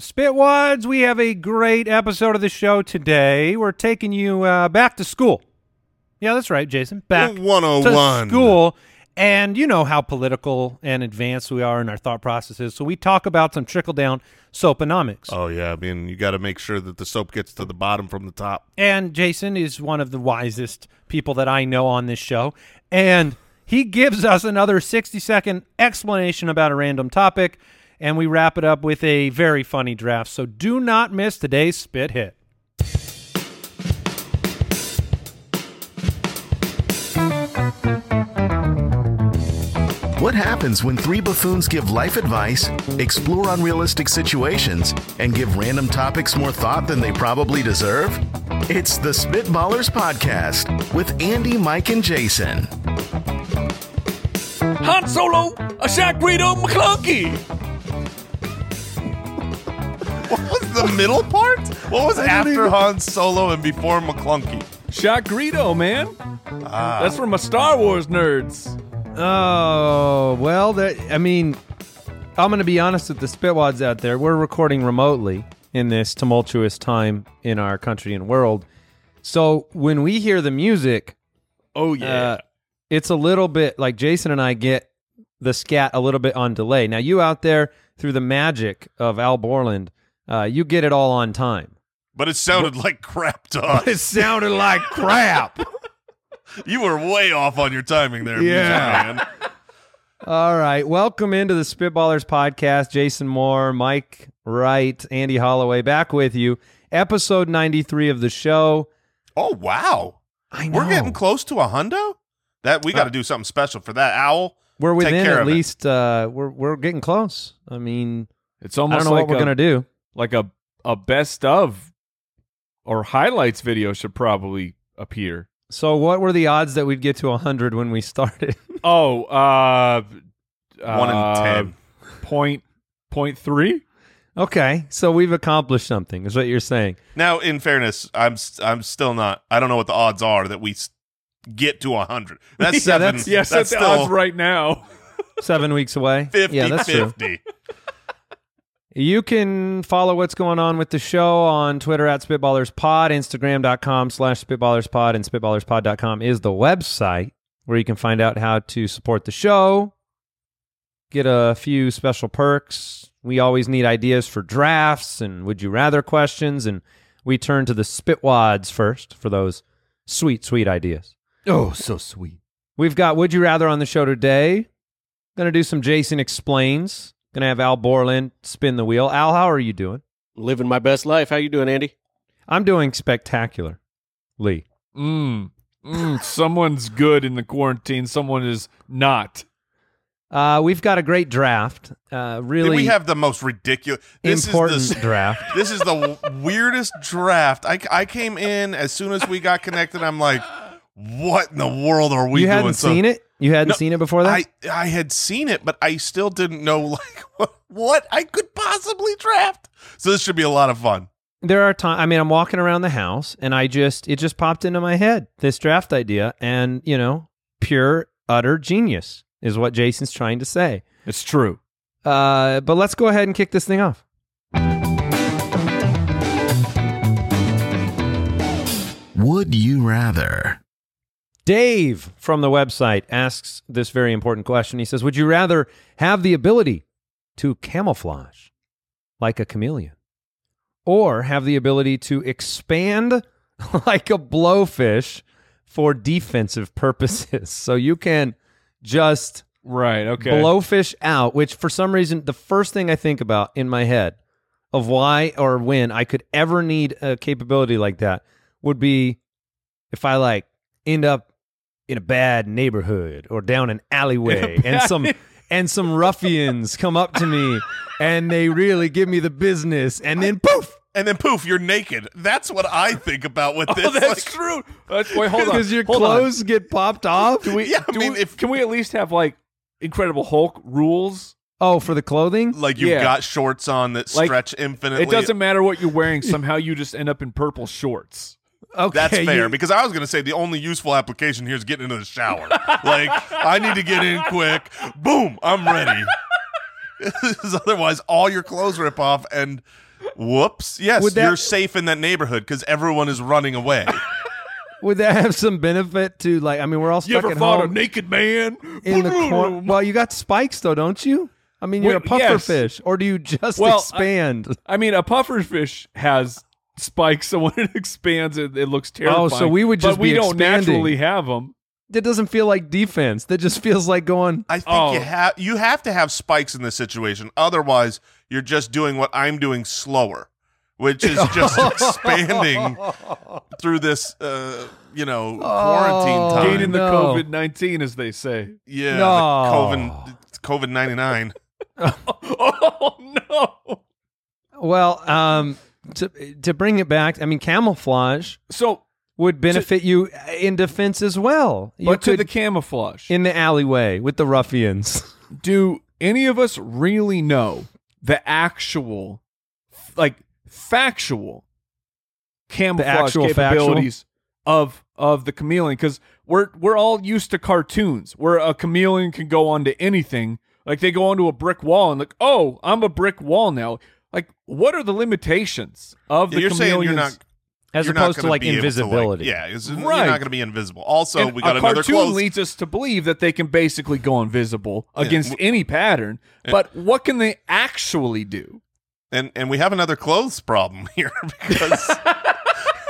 Spitwads, we have a great episode of the show today. We're taking you uh, back to school. Yeah, that's right, Jason. Back to 101. school. And you know how political and advanced we are in our thought processes. So we talk about some trickle down soaponomics. Oh yeah, I mean you got to make sure that the soap gets to the bottom from the top. And Jason is one of the wisest people that I know on this show. And he gives us another 60 second explanation about a random topic. And we wrap it up with a very funny draft. So do not miss today's spit hit. What happens when three buffoons give life advice, explore unrealistic situations, and give random topics more thought than they probably deserve? It's the Spitballers Podcast with Andy, Mike, and Jason. Han Solo, a Shaquito McClunky. What was the middle part? What was after Han Solo and before McClunky? Shaquito, man. That's for my Star Wars nerds. Oh well, that I mean, I'm going to be honest with the spitwads out there. We're recording remotely in this tumultuous time in our country and world. So when we hear the music, Oh uh, it's a little bit like Jason and I get the scat a little bit on delay. Now you out there through the magic of Al Borland, uh, you get it all on time. But it sounded like crap to us. It sounded like crap. You were way off on your timing there, yeah. man. All right. Welcome into the Spitballers podcast. Jason Moore, Mike Wright, Andy Holloway back with you. Episode 93 of the show. Oh wow, I we're getting close to a hundo. That we got to do something special for that owl. We're Take within care at of it. least uh we're we're getting close. I mean, it's almost I don't know like what we're a, going to do. like a a best of or highlights video should probably appear. So what were the odds that we'd get to 100 when we started? Oh, uh, One in uh, ten. Point point three. okay. So we've accomplished something. Is what you're saying. Now, in fairness, I'm s- I'm still not. I don't know what the odds are that we s- get to a hundred. That's Yeah, seven. that's- Yes, that's, the still odds right now. 7 weeks away. 50, yeah, that's true. 50. You can follow what's going on with the show on Twitter at SpitballersPod, Instagram.com slash SpitballersPod, and SpitballersPod.com is the website where you can find out how to support the show, get a few special perks. We always need ideas for drafts and would you rather questions, and we turn to the Spitwads first for those sweet, sweet ideas. oh, so sweet. We've got Would You Rather on the show today. Gonna do some Jason Explains. Gonna have Al Borland spin the wheel. Al, how are you doing? Living my best life. How you doing, Andy? I'm doing spectacular. Lee. Mm. Mm, someone's good in the quarantine. Someone is not. Uh, we've got a great draft. Uh, Did really we have the most ridiculous. This important is the, draft. This is the w- weirdest draft. I, I came in as soon as we got connected. I'm like, what in the world are we you doing? hadn't So- seen it? You hadn't No, seen it before that? I, I had seen it, but I still didn't know like what, what I could possibly draft. So this should be a lot of fun. there are times. I mean, I'm walking around the house and I just it just popped into my head this draft idea, and you know, pure utter genius is what Jason's trying to say. It's true. Uh, but let's go ahead and kick this thing off. Would you rather? Dave from the website asks this very important question. He says, Would you rather have the ability to camouflage like a chameleon or have the ability to expand like a blowfish for defensive purposes? So you can just Right. Okay. blowfish out, which for some reason, the first thing I think about in my head of why or when I could ever need a capability like that would be if I like end up in a bad neighborhood or down an alleyway and some and some ruffians come up to me and they really give me the business and then poof and then poof, you're naked. That's what I think about with this. Oh, that's Like, true. That's, wait, hold on. because your hold on. clothes get popped off. Do we, Yeah, I do mean, we- if- can we at least have like Incredible Hulk rules? Oh, for the clothing? like you've Yeah. got shorts on that Like, stretch infinitely. It doesn't matter what you're wearing. Somehow you just end up in purple shorts. Okay, That's fair you- because I was going to say the only useful application here is getting into the shower. like I need to get in quick. Boom, I'm ready. 'Cause Otherwise, all your clothes rip off, and whoops. Yes, Would that- you're safe in that neighborhood because everyone is running away. would that have some benefit to like? I mean, we're all stuck You ever at fought a home naked man in the corner. Well, you got spikes though, don't you? I mean, you're Wait, a puffer yes. fish, or do you just Well, I- expand? I mean, a pufferfish has spikes, so when it expands, it, it looks terrifying. Oh, we would just but we be don't expanding. naturally have them. that doesn't feel like defense. That just feels like going. I think Oh. you have you have to have spikes in this situation. Otherwise, you're just doing what I'm doing slower, which is just expanding through this, uh, you know, Oh. quarantine time. Gaining the Uh, no. COVID nineteen, as they say. Yeah, No. the COVID COVID ninety nine. Oh no! Well, um, to to bring it back, I mean, camouflage So, would benefit you in defense as well. You but to could- the camouflage, in the alleyway with the ruffians. do any of us really know the actual, like factual, camouflage actual factual? capabilities of of the chameleon? Because we're we're all used to cartoons where a chameleon can go onto anything. Like they go onto a brick wall and like, oh, I'm a brick wall now. Like, what are the limitations of the You're saying you're chameleon's- not As you're not opposed to gonna like be able invisibility. To like, yeah, it's, you're Right. not going to be invisible. Also, And we got a another cartoon close. leads us to believe that they can basically go invisible against any pattern. But what can they actually do? and and we have another clothes problem here because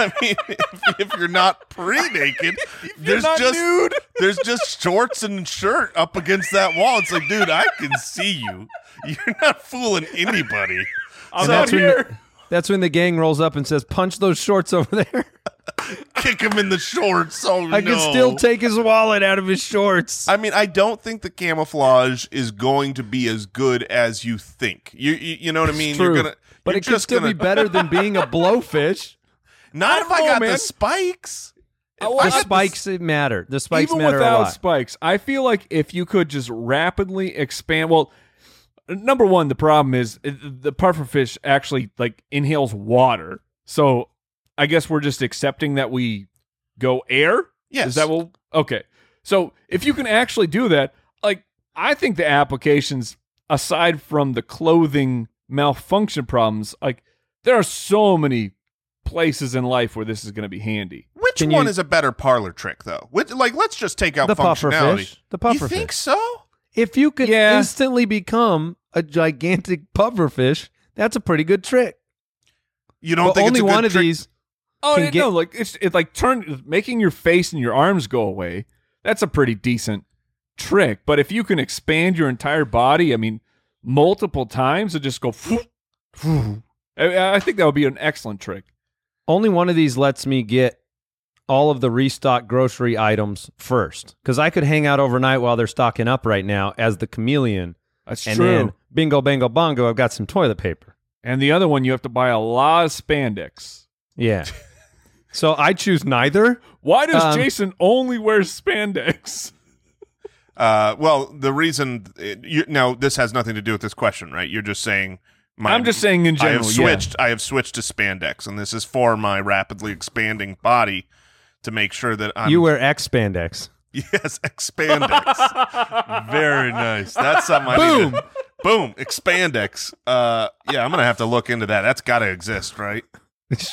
I mean, if, if you're not pre-naked, there's not just nude. there's just shorts and shirt up against that wall. It's like, dude, I can see you. You're not fooling anybody. I'm So out that's when here. That's when the gang rolls up and says, "Punch those shorts over there." Kick him in the shorts. Oh I can no. still take his wallet out of his shorts. I mean, I don't think the camouflage is going to be as good as you think. You you, you know what I mean? True. You're gonna, but you're it could just still gonna, be better than being a blowfish. Not I if I don't know, got man. the spikes. Well, The I- spikes it matter. The spikes even matter a without lot. spikes, I feel like if you could just rapidly expand. Well, number one, the problem is uh, the pufferfish actually like inhales water. So I guess we're just accepting that we go air. Yes. Is that what? Okay. So if you can actually do that, like I think the applications, aside from the clothing malfunction problems, like there are so many places in life where this is going to be handy. Which Can one you- is a better parlor trick, though? Which, like, let's just take out The puffer functionality. fish. The puffer You think fish. so? If you could Yeah. instantly become a gigantic pufferfish, that's a pretty good trick. You don't but think only it's a good one of trick? these. Oh can yeah, get- no, like it's it like turn making your face and your arms go away. That's a pretty decent trick. But if you can expand your entire body, I mean, multiple times and just go. I, I think that would be an excellent trick. Only one of these lets me get all of the restock grocery items first, because I could hang out overnight while they're stocking up right now as the chameleon, That's and true. then bingo, bango, bongo, I've got some toilet paper. and the other one, you have to buy a lot of spandex. Yeah. so I choose neither. Why does Um, Jason only wear spandex? Uh, well, the reason it, you, now this has nothing to do with this question, right? You're just saying. My, I'm just saying in I general. have switched. I have switched to spandex, and this is for my rapidly expanding body to make sure that I'm you wear X spandex. yes expandex. Very nice. That's something. I need to- boom, expandex. Uh, yeah, I'm gonna have to look into that. That's got to exist, right? Yeah.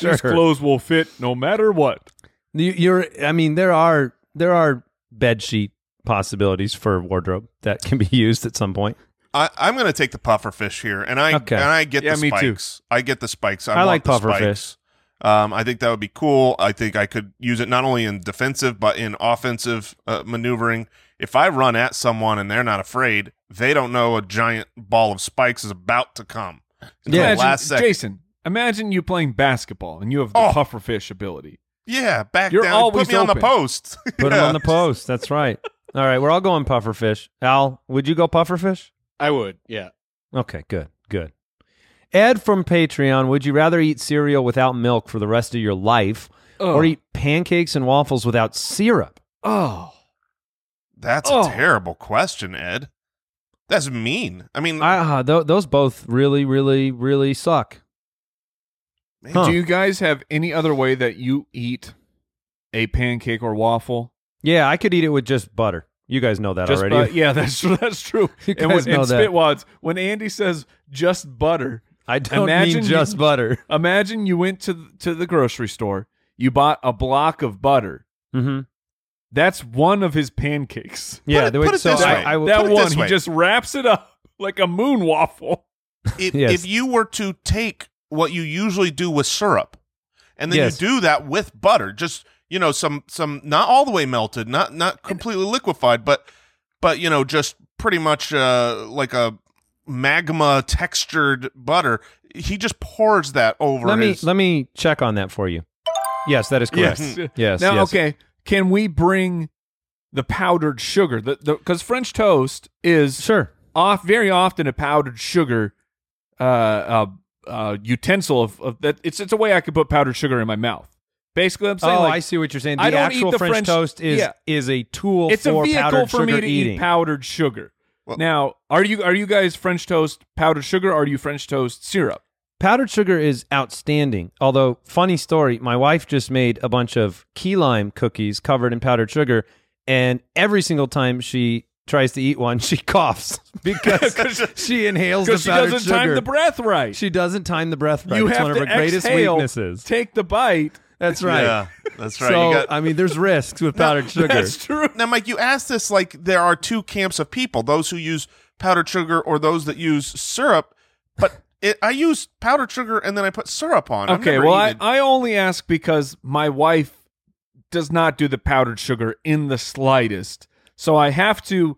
These clothes will fit no matter what. You, you're. I mean, there are there are bed sheet possibilities for wardrobe that can be used at some point. I, I'm going to take the puffer fish here, and I Okay. and I get Yeah, the me too. spikes. I get the spikes. I, I want like the puffer spikes. Um, I think that would be cool. I think I could use it not only in defensive but in offensive uh, maneuvering. If I run at someone and they're not afraid, they don't know a giant ball of spikes is about to come. Until Yeah. the Imagine- last second. Jason, imagine you playing basketball and you have the Oh. pufferfish ability. Yeah, back You're down. Put always me on the open. post. Put them Yeah. on the post. That's right. All right, we're all going pufferfish. Al, would you go pufferfish? I would. Yeah. Okay, good, good. Ed from Patreon, would you rather eat cereal without milk for the rest of your life or eat pancakes and waffles without syrup? Oh, That's Oh. a terrible question, Ed. That's mean. I Mm. mean, Ah, tho- those both really, really, really suck. man, huh. do you guys have any other way that you eat a pancake or waffle? Yeah, I could eat it with just butter. You guys know that Just already. bu- yeah, that's that's true. You and guys when, and know that. spitwads, when Andy says just butter, I don't Imagine mean just you- butter. imagine you went to th- to the grocery store, you bought a block of butter. Mm-hmm. That's one of his pancakes. Yeah, it- the way- put it so this I, way. I will- Put that it one, this he way. just wraps it up like a moon waffle. if, Yes. if you were to take what you usually do with syrup and then Yes. you do that with butter just you know some some not all the way melted not not completely liquefied but but you know just pretty much uh like a magma textured butter he just pours that over let me his, let me check on that for you. Yes, that is correct. Yes. yes. Now, yes. okay, can we bring the powdered sugar? The because French toast is Sure. off very often a powdered sugar uh, uh, uh, utensil of, of that. It's it's a way I could put powdered sugar in my mouth. Basically, I'm saying oh, like, I see what you're saying. The I don't eat actual the French, French- toast is yeah. is a tool it's a for vehicle powdered for me sugar to eating. eat powdered sugar. Well- now, are you are you guys French toast powdered sugar? or Are you French toast syrup? powdered sugar is outstanding. Although, funny story, my wife just made a bunch of key lime cookies covered in powdered sugar, and every single time she tries to eat one, she coughs because she inhales the Because she powdered doesn't sugar. time the breath right. she doesn't time the breath right. you it's have one of to her greatest exhale, weaknesses. Take the bite. That's right. yeah that's right So you got, I mean, there's risks with powdered sugar. That's true. now mike you asked this like there are two camps of people those who use powdered sugar or those that use syrup but it, i use powdered sugar and then i put syrup on I've Okay, never well, I, eaten- I only ask because my wife does not do the powdered sugar in the slightest. So I have to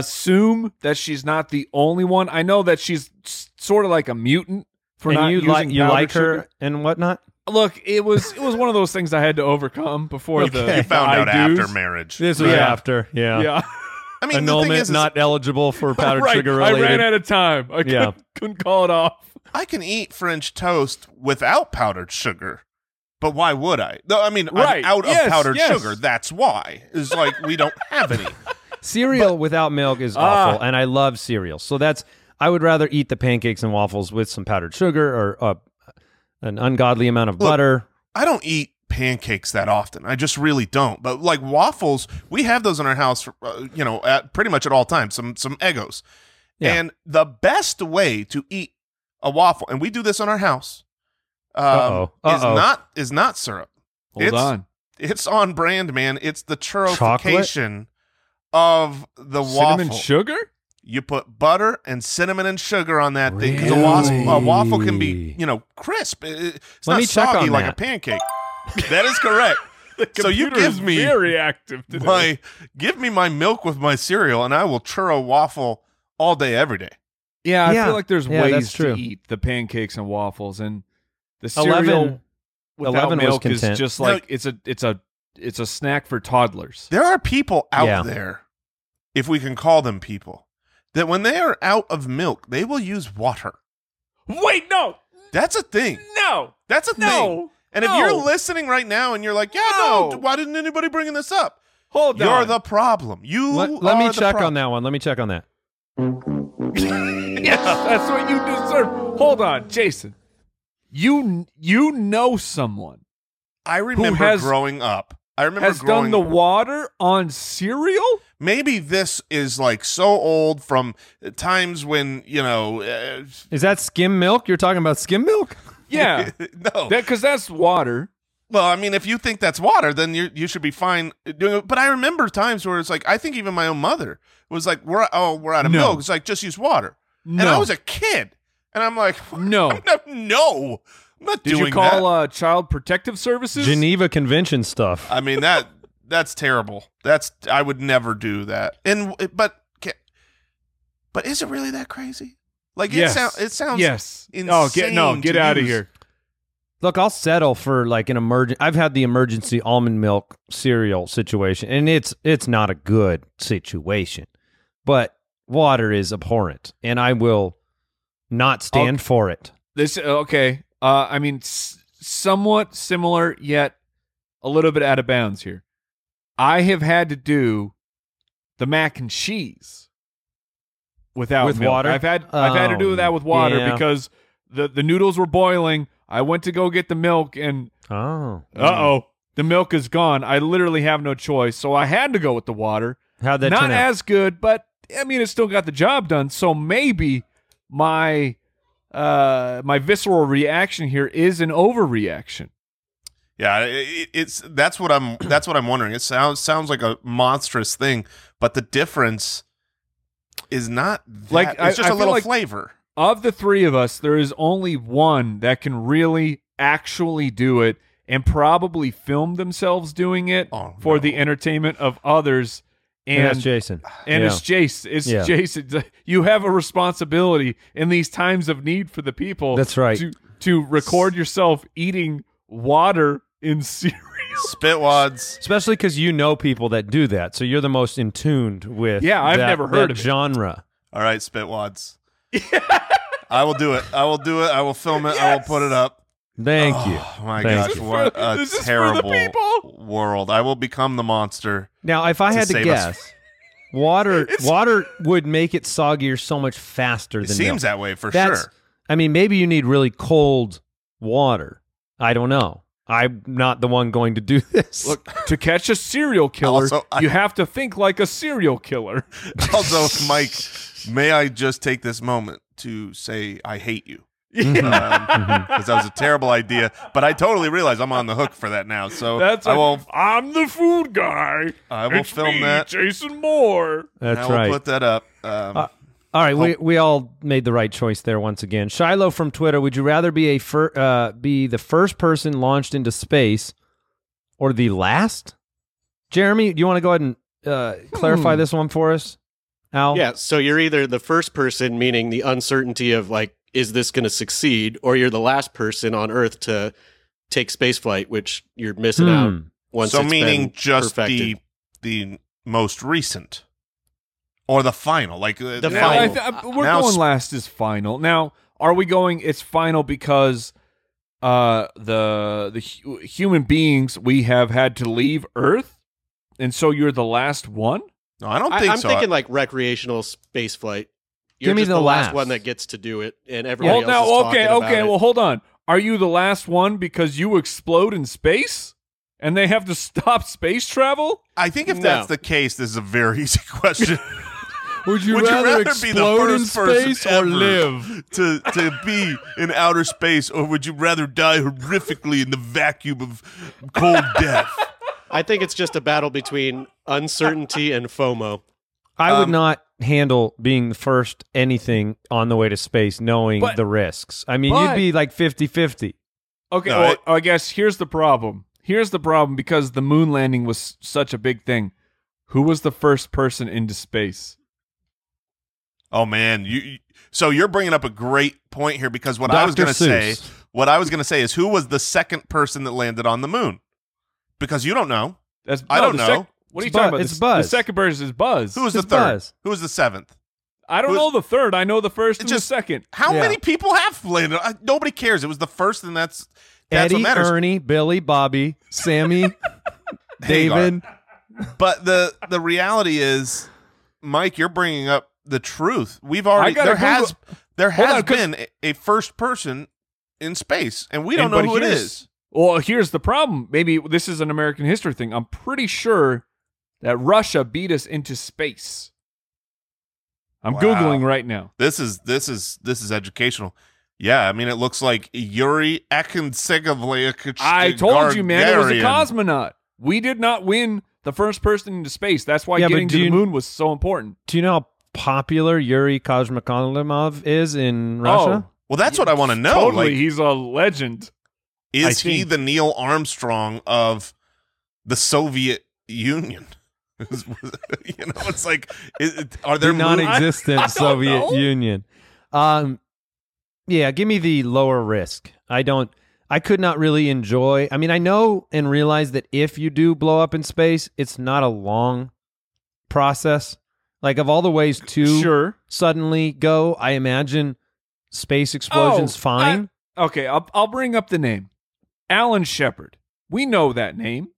assume that she's not the only one. I know that she's s- sort of like a mutant for not and you using like you powdered like her sugar. and whatnot. Look, it was it was one of those things I had to overcome before the you found the out I after do's. marriage This was Yeah. after, Yeah, I mean, the thing annulment is, is not eligible for powdered right. sugar I related. ran out of time. I couldn't, Yeah. couldn't call it off. I can eat French toast without powdered sugar, but why would I? Though I mean, Right. I'm out Yes, of powdered yes. sugar. That's why. It's like we don't have any. cereal without milk is Ah. awful, and I love cereal. So that's I would rather eat the pancakes and waffles with some powdered sugar or uh, an ungodly amount of butter. I don't eat pancakes that often. I just really don't. But like waffles, we have those in our house, uh, you know, at pretty much at all times. Some some egos, Yeah. and the best way to eat a waffle, and we do this in our house, um, Uh-oh. is Uh-oh. not is not syrup. Hold It's- on. It's on brand, man. It's the churrofication Chocolate? of the Cinnamon waffle. sugar? You put butter and cinnamon and sugar on that thing because a, Really? waffle, a waffle can be, you know, crisp. It- it- It's Let not me check soggy on like that. a pancake. That is correct. so you Computer give is me very active today. my give me my milk with my cereal, and I will churro waffle all day every day. Yeah, I Yeah. feel like there's Yeah, that's ways true. to eat the pancakes and waffles and the cereal 11, without 11 was milk is content. just No. like it's a it's a it's a snack for toddlers. There are people out Yeah. there, if we can call them people, that when they are out of milk, they will use water. Wait, no, That's a thing. no, That's a thing. no. And if no. you're listening right now and you're like, yeah, no, No. why didn't anybody bring this up? hold on, You're the problem. You Let, let me are the check prob- on that one. Let me check on that. yes, that's what you deserve. Hold on, Jason. You you know someone I remember has- growing up. I remember has growing done the water on cereal? Maybe this is like so old from times when, you know, uh, Is that skim milk? You're talking about skim milk? Yeah, no. that because that's water. well, I mean, if you think that's water, then you you should be fine doing it. But I remember times where it's like I think even my own mother was like, "We're oh, we're out of No. milk." It's like just use water. And I No. was a kid, and I'm like, No. I'm not- no, I'm not Did doing you call that. uh, Child Protective Services? Geneva Convention stuff. I mean that that's terrible. That's I would never do that. And but ca- but is it really that crazy? Like it Yes. sounds it sounds yes. insane no, get no, get to out of use. here. Look, I'll settle for like an emergent. I've had the emergency almond milk cereal situation, and it's it's not a good situation. But water is abhorrent, and I will not stand for it. This okay. Uh, I mean, s- somewhat similar, yet a little bit out of bounds here. I have had to do the mac and cheese without With milk. water? I've had I've had to do Oh, that with water yeah. because the the noodles were boiling. I went to go get the milk, and Oh, uh oh, the milk is gone. I literally have no choice, so I had to go with the water. how'd that Not turn out? as good, but I mean, it still got the job done. So maybe my uh my visceral reaction here is an overreaction. Yeah, i- i it's that's what I'm that's what I'm wondering. It sounds sounds like a monstrous thing, but the difference is not that- Like, I- it's just a I feel little like- flavor. Of the three of us, there is only one that can really actually do it and probably film themselves doing it Oh, for no. the entertainment of others. And that's And Jason. and Yeah. it's Jason. It's Yeah. Jason. You have a responsibility in these times of need for the people. That's right. To to record yourself eating water in cereal. Spitwads. Especially because you know people that do that, so you're the most in tuned with. Yeah, I've that- never that heard of it. genre. All right, spitwads. I will do it. I will do it. I will film it. I will put it up. Thank you. Oh, my Thank gosh, you. what This is for- a this is for the terrible people. world. I will become the monster. Now, if I To had to save us. guess, water water would make it soggier so much faster It than seems milk. that way for That's- sure. I mean, maybe you need really cold water. I don't know. I'm not the one going to do this. Look, to catch a serial killer, Also, I- you have to think like a serial killer. Also, Mike, may I just take this moment to say I hate you. Because that was a terrible idea, but I totally realize I'm on the hook for that now. So That's I a- will, I'm the food guy. I will It's film me, that. Jason Moore. I That's will right. put that up. Um, all right, we, we all made the right choice there once again. Shiloh from Twitter: Would you rather be a fir- uh, be the first person launched into space, or the last? Jeremy, do you want to go ahead and uh, clarify this one for us? Al, Yeah, so you're either the first person, meaning the uncertainty of like, is this going to succeed, or you're the last person on Earth to take spaceflight, which you're missing Hmm. out. Once so it's meaning been just perfected. the the most recent or the final, like uh, The Now, I final. th- I- we're Now going sp- last is final. Now, are we going? It's final because uh, the the hu- human beings we have had to leave Earth, and so you're the last one. No, I don't I, think am so. thinking like recreational spaceflight. You're Give me just the the, last. last. one that gets to do it, and everybody Well, else. now, is okay, talking about okay. it. Well, hold on. Are you the last one because you explode in space, and they have to stop space travel? I think if No. that's the case, this is a very easy question. Would you Would you rather be the first person ever to to be in outer space, or would you rather die horrifically in the vacuum of cold death? I think it's just a battle between uncertainty and FOMO. I would Um, not handle being the first anything on the way to space knowing But- the risks. I mean, but- you'd be like 50 50. Okay, No, well, it- I guess here's the problem. Here's the problem because the moon landing was such a big thing. Who was the first person into space? Oh man, you. you- So you're bringing up a great point here because what I was Dr. going to say, Seuss. what I was going to say is who was the second person that landed on the moon? Because you don't know. That's I no, don't the sec- know. what are you It's talking Bu- about? it's the, Buzz. The second person is Buzz. Who was the It's third? Buzz. Who was the seventh? I don't who's- know the third. I know the first It and just- the second. How Yeah. many people have landed? I, nobody cares. It was the first, and that's that's Eddie, what matters. Ernie, Billy, Bobby, Sammy, David. But the the reality is, Mike, you're bringing up the truth. We've already I gotta there has there Hold has on, 'cause- been a, a first person in space, and we don't And- know but who it here's- is. Well, here's the problem. Maybe this is an American history thing. I'm pretty sure that Russia beat us into space. I'm Wow. googling right now. This is this is this is educational. Yeah, I mean, it looks like Yuri Akinsegovlich. I told you, man, it was a Gagarin. cosmonaut. We did not win the first person into space. That's why Yeah, but getting to do the you- moon was so important. Do you know how popular Yuri Kozhmakolimov is in Russia? Oh, Well, that's what I want to know. totally. Like, He's a legend. is I he think- the Neil Armstrong of the Soviet Union? you know, it's like, is, it- are there the non movies- existent Soviet know. Union. Um, yeah, give me the lower risk. I don't. I could not really enjoy. I mean, I know and realize that if you do blow up in space, it's not a long process. Like of all the ways to Sure. suddenly go, I imagine space explosions Oh, fine. Okay, I'll, I'll bring up the name. Alan Shepard. We know that name.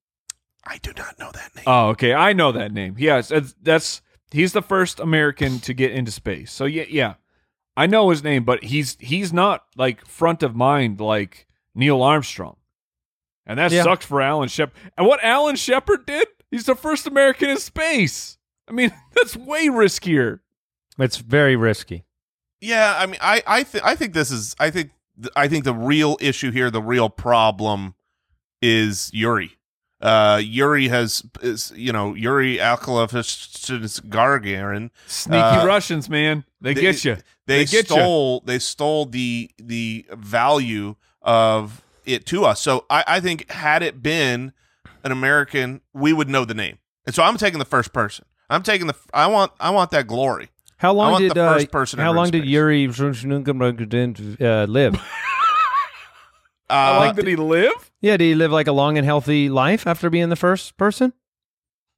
I do not know that name. Oh, okay. I know that name. Yes, that's- that's he's the first American to get into space. So yeah, yeah. I know his name, but he's he's not like front of mind like Neil Armstrong. And that Yeah. sucks for Alan Shepard. And what Alan Shepard did? He's the first American in space. I mean, that's way riskier. it's very risky. Yeah, I mean, I I th- I think this is I think th- I think the real issue here, the real problem, is Yuri. Uh, Yuri has is you know Yuri Alkala Gargarin. Sneaky Uh, Russians, man. They, get you. They, They get ya. stole. They stole the the value of it to us. So I, I think had it been an American, we would know the name. And so I'm taking the first person. I'm taking the. I want. I want that glory. How long want did the first person uh, How ever in long did space. Yuri uh, live? How Uh, long did he live? yeah, did he live like a long and healthy life after being the first person?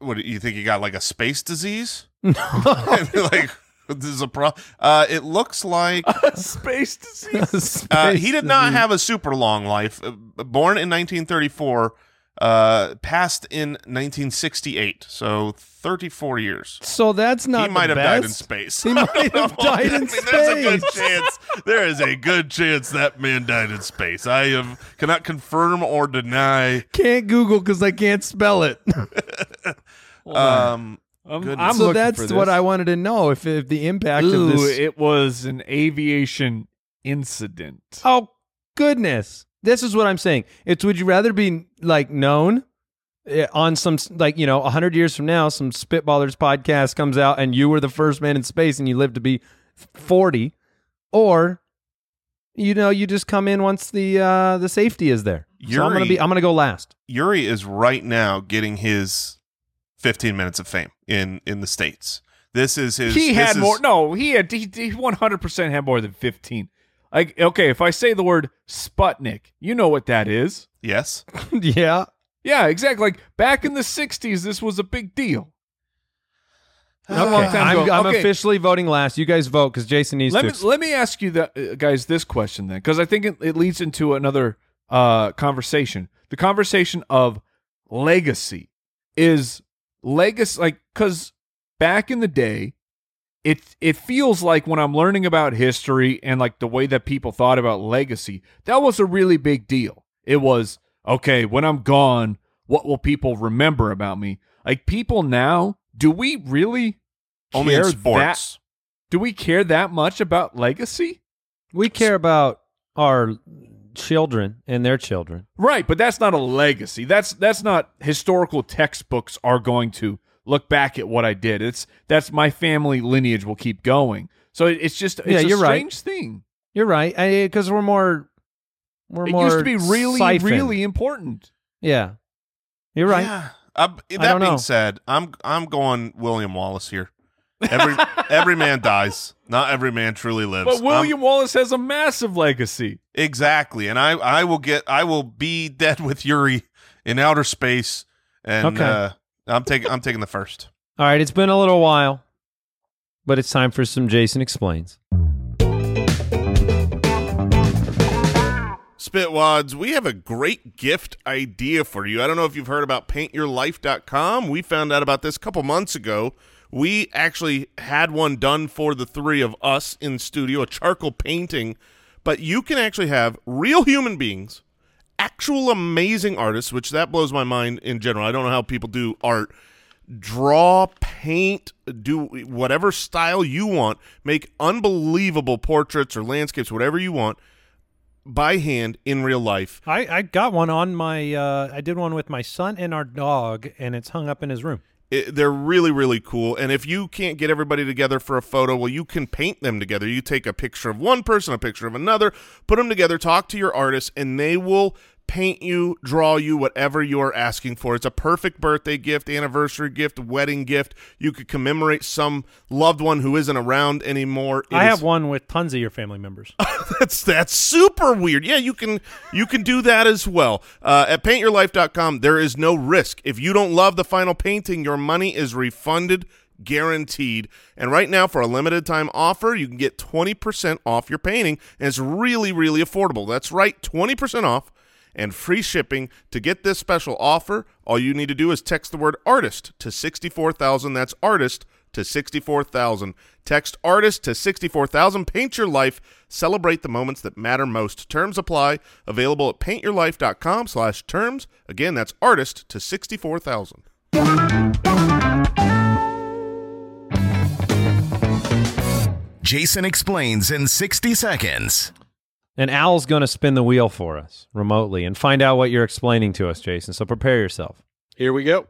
What you think? You got like a space disease? like this is a problem. Uh, it looks like space disease. uh, he did not have a super long life. Uh, Born in 1934, uh, passed in 1968, so 34 years. So that's not. he might the have died in best. space. He might have died in There's a good space. chance. There is a good chance that man died in space. I am cannot confirm or deny. Can't Google because I can't spell it. Um, I'm, Goodness. I'm so looking that's for what this. I wanted to know if, if the impact Ooh, of this. it was an aviation incident. oh goodness! This is what I'm saying. It's would you rather be like known eh, on some s- like you know hundred years from now, some spitballers podcast comes out and you were the first man in space and you lived to be forty, or you know you just come in once the uh, the safety is there. so I'm gonna Yuri- be I'm gonna go last. Yuri is right now getting his 15 minutes of fame in in the states. This is his. he this had is- more. No, he had. He, he 100% had more than 15. Like, okay, if I say the word Sputnik, you know what that is. Yes. yeah. Yeah, exactly. Like back in the 60s, this was a big deal. Not a long time I'm, ago. I'm Okay, officially voting last. You guys vote because Jason needs Let to. me let me ask you that, uh, guys this question then, because I think it, it leads into another uh, conversation. The conversation of legacy is legacy like because back in the day, it it feels like when I'm learning about history and like the way that people thought about legacy, that was a really big deal. It was okay when I'm gone, what will people remember about me? Like people now, do we really Only in care that sports. do we care that much about legacy? We care about our children and their children. Right, but that's not a legacy. That's that's not historical textbooks are going to look back at what I did. It's that's my family lineage will keep going. So it- it's just it's Yeah, a you're right. strange thing. You're right, because we're more. We're It more. used to be really siphoned. really important. Yeah, you're right. Yeah. Uh, that don't being know. said, I'm I'm going William Wallace here. Every every man dies. Not every man truly lives. But I'm- William Wallace has a massive legacy. exactly. And I I will get I will be dead with Yuri in outer space. And Okay. uh, I'm taking I'm taking the first. All right, it's been a little while, but it's time for some Jason explains. Spitwads, we have a great gift idea for you. I don't know if you've heard about paintyourlife.com. We found out about this a couple months ago. We actually had one done for the three of us in studio, a charcoal painting, but you can actually have real human beings, actual amazing artists, which that blows my mind in general. I don't know how people do art draw, paint, do whatever style you want, make unbelievable portraits or landscapes, whatever you want by hand in real life. I, I got one on my. Uh, I did one with my son and our dog, and it's hung up in his room. It, they're really, really cool. And if you can't get everybody together for a photo, well, you can paint them together. You take a picture of one person, a picture of another, put them together, talk to your artist, and they will paint you, draw you, whatever you are asking for. It's a perfect birthday gift, anniversary gift, wedding gift. You could commemorate some loved one who isn't around anymore. It I is- have one with tons of your family members. that's that's super weird. Yeah, you can you can do that as well. Uh, at paintyourlife.com, there is no risk. If you don't love the final painting, your money is refunded guaranteed. And right now for a limited time offer, you can get 20% off your painting and it's really really affordable. That's right, 20% off and free shipping. To get this special offer, all you need to do is text the word artist to 64,000. That's artist to 64,000. Text artist to 64,000. Paint your life. Celebrate the moments that matter most. Terms apply. Available at paintyourlife.com slash terms. Again, that's artist to 64,000. Jason explains in 60 seconds. And Al's going to spin the wheel for us remotely and find out what you're explaining to us, Jason. So prepare yourself. Here we go.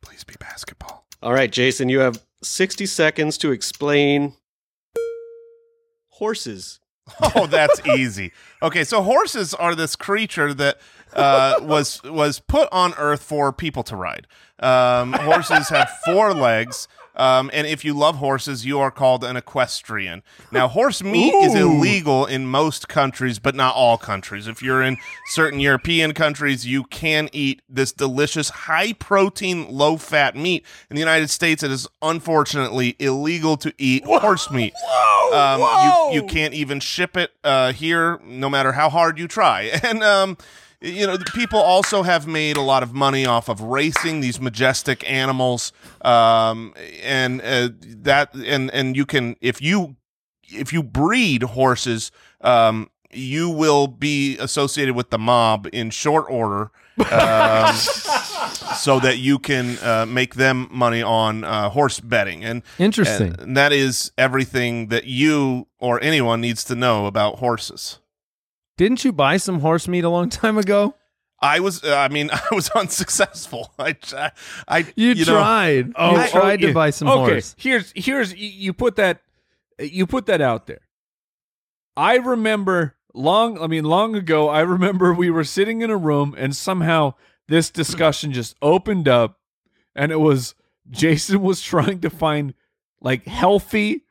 Please be basketball. All right, Jason, you have 60 seconds to explain horses. Oh, that's easy. Okay, so horses are this creature that uh, was was put on Earth for people to ride. Um, horses have four legs, um, and if you love horses, you are called an equestrian. Now, horse meat is illegal in most countries, but not all countries. If you're in certain European countries, you can eat this delicious, high protein, low fat meat. In the United States, it is unfortunately illegal to eat horse meat. Um, You, you can't even ship it uh, here, no matter how hard you try. And um, you know, the people also have made a lot of money off of racing these majestic animals, um, and uh, that and and you can if you if you breed horses, um, you will be associated with the mob in short order. Um, so that you can uh, make them money on uh, horse betting and Interesting. and- and that is everything that you or anyone needs to know about horses. Didn't you buy some horse meat a long time ago? I was, uh, I mean, I was unsuccessful. I, I, I You, know, tried. Oh, you tried yeah. to buy some okay, horse. here's here's y- you put that you put that out there. I remember long I mean long ago I remember we were sitting in a room and somehow this discussion just opened up and it was Jason was trying to find like healthy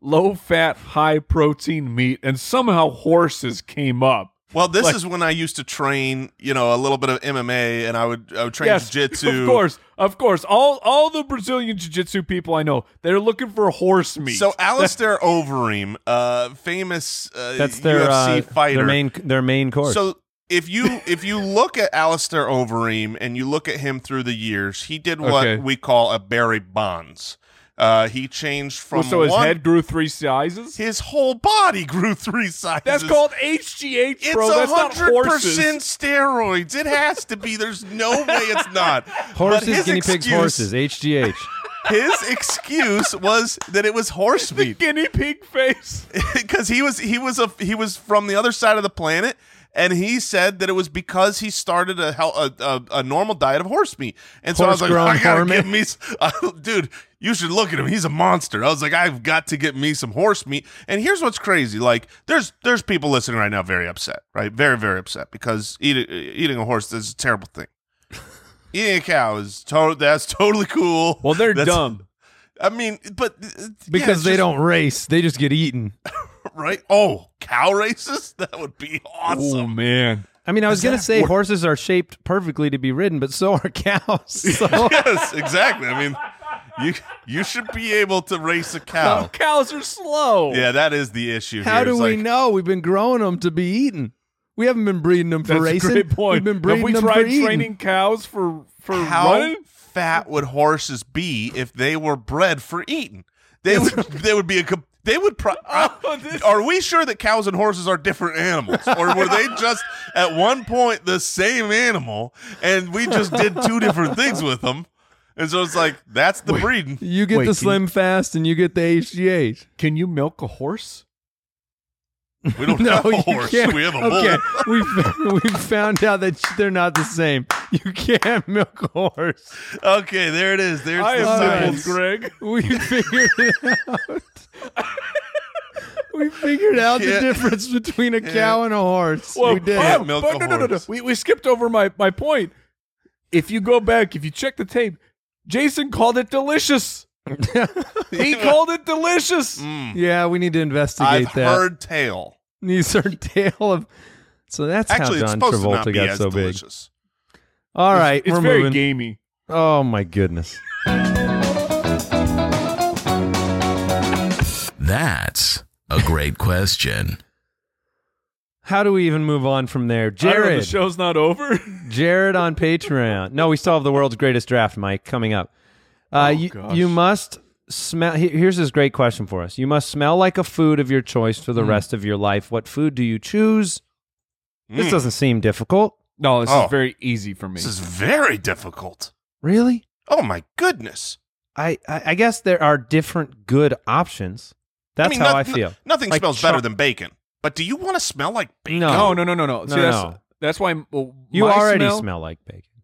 low fat high protein meat and somehow horses came up. well, this Like- is when I used to train, you know, a little bit of MMA, and I would, I would train jiu-jitsu. Of course, of course. All all the Brazilian jiu-jitsu people I know, they're looking for horse meat. So uh, Alistair Overeem, uh, famous uh, That's their UFC uh, fighter, their main their main course. So if you if you look at Alistair Overeem and you look at him through the years, he did what Okay. we call a Barry Bonds. Uh, he changed from Well, so his one- head grew three sizes. his whole body grew three sizes. That's called HGH, It's bro. That's not hundred percent horses. steroids. It has to be. There's no way it's not. But horses, his guinea pigs, excuse- horses, HGH. His excuse was that it was horse The meat. guinea pig face. because he was he was a he was from the other side of the planet and he said that it was because he started a hel- a, a, a normal diet of horse meat and so i was Horse-grown like i gotta farming. get me s- Uh, dude you should look at him he's a monster i was like i've got to get me some horse meat and here's what's crazy like there's there's people listening right now very upset right very very upset because eat, eating a horse is a terrible thing eating a cow is to- that's totally cool Well, they're That's- dumb. i mean but uh, yeah, Because it's they just- don't race, they just get eaten. right? Oh, cow races? That would be Oh awesome. man. I mean, I was going to say horses are shaped perfectly to be ridden, but so are cows. So yes, exactly. I mean, you you should be able to race a Oh, cow. cows are slow. Yeah, that is the issue. how here. do It's we like, know? We've been growing them to be eaten. We haven't been breeding them for That's racing. a great We've point. been Have breeding we them tried for eating. training cows for for How running? fat would horses be if they were bred for eating? They would they would be a com- they would pro- Oh, this- Are we sure that cows and horses are different animals or were they just at one point the same animal and we just did two different things with them? And so it's like that's the breeding. You get Wait, the can- slim fast, and you get the HGH. Can you milk a horse? We don't No, have a you horse. can't. We have a bull. Okay, we we found out that they're not the same. You can't milk a horse. Okay, there it is. There's I the am science. Greg. We figured it out. we figured out the Yeah. difference between a cow and a horse. Well, we did. oh, Yeah, milk but a no, no, no, no. horse. We, we skipped over my, my point. If you go back, if you check the tape, Jason called it delicious. he called it delicious. Mm. yeah, we need to investigate I've that. heard tale. These are tale of. So that's Actually, how it's John supposed to not Travolta be got as so big. delicious. All right, it's we're very moving. gamey. Oh my goodness. That's a great question. How do we even move on from there? I don't know, Jared. the show's not over. Jared on Patreon. No, we still have the world's greatest draft, Mike, coming up. Uh, you, Oh, gosh. you must smell. he- Here's this great question for us. You must smell like a food of your choice for Hmm. the rest of your life. What food do you choose? This Hmm. Mm. doesn't seem difficult. no, this Oh. is very easy for me. This is very difficult. Really? Oh my goodness! I, I, I guess there are different good options. That's mean, how no- I feel. Nothing Like smells char- better than bacon. But do you want to smell like bacon? no, no, no, no, no. See, No, that's, no. that's why. Well, You my already smell, smell, like bacon.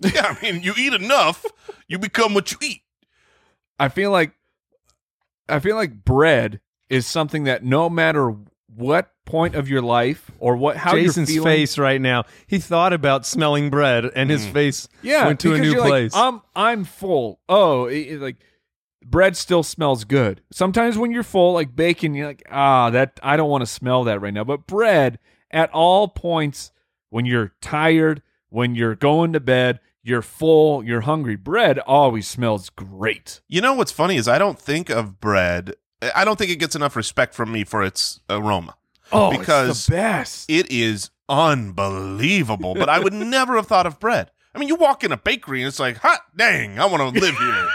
Yeah, I mean, you eat enough, you become what you eat. I feel like I feel like bread is something that no matter what point of your life or what how Jason's you're feeling, face right now. He thought about smelling bread, and his face Hmm. yeah, went to a because new you're place. Like, I'm I'm full. Oh, it- it, like bread still smells good. Sometimes when you're full, like bacon, you're like ah that I don't want to smell that right now. But bread at all points when you're tired, when you're going to bed, you're full, you're hungry. Bread always smells great. You know what's funny is I don't think of bread. I don't think it gets enough respect from me for its aroma. Oh, it's Because the best. It is unbelievable, but I would never have thought of bread. I mean, you walk in a bakery and it's like, hot dang, I want to live here.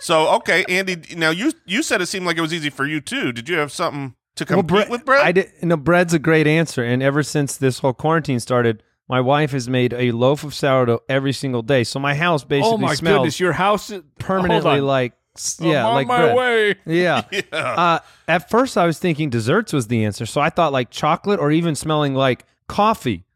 so okay, Andy. Now you you said it seemed like it was easy for you too. Did you have something to compete bre- with bread? I did, no, bread's a great answer. And ever since this whole quarantine started, my wife has made a loaf of sourdough every single day. So my house basically oh my smells goodness, your house is permanently hold on. like s- yeah, I'm on like my bread. way. Yeah. Uh, at first, I was thinking desserts was the answer. So I thought like chocolate or even smelling like coffee.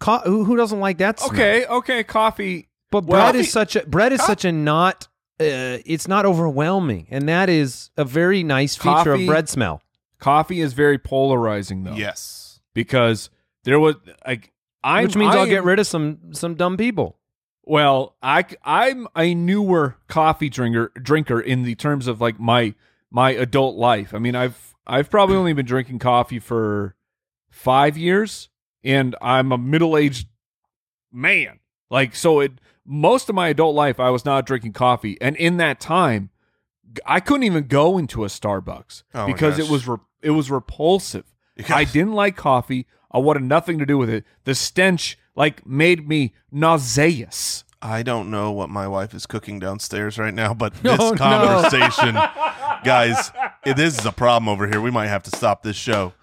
Co- who, who doesn't like that? smell? Okay, okay, coffee. But Well, bread is such a bread is such a not. Uh, it's not overwhelming, and that is a very nice feature Coffee- of bread smell. Coffee is very polarizing though. yes. because there was like I which means i I'll get rid of some some dumb people. Well, I am a newer coffee drinker drinker in the terms of like my my adult life. I mean, I've I've probably only been drinking coffee for 5 years and I'm a middle-aged man. Like so it most of my adult life I was not drinking coffee and in that time g- I couldn't even go into a Starbucks Oh my because it gosh. was re- it was repulsive. I didn't like coffee. I wanted nothing to do with it. The stench like made me nauseous. I don't know what my wife is cooking downstairs right now, but this Oh, no. conversation, guys, it- this is a problem over here. We might have to stop this show.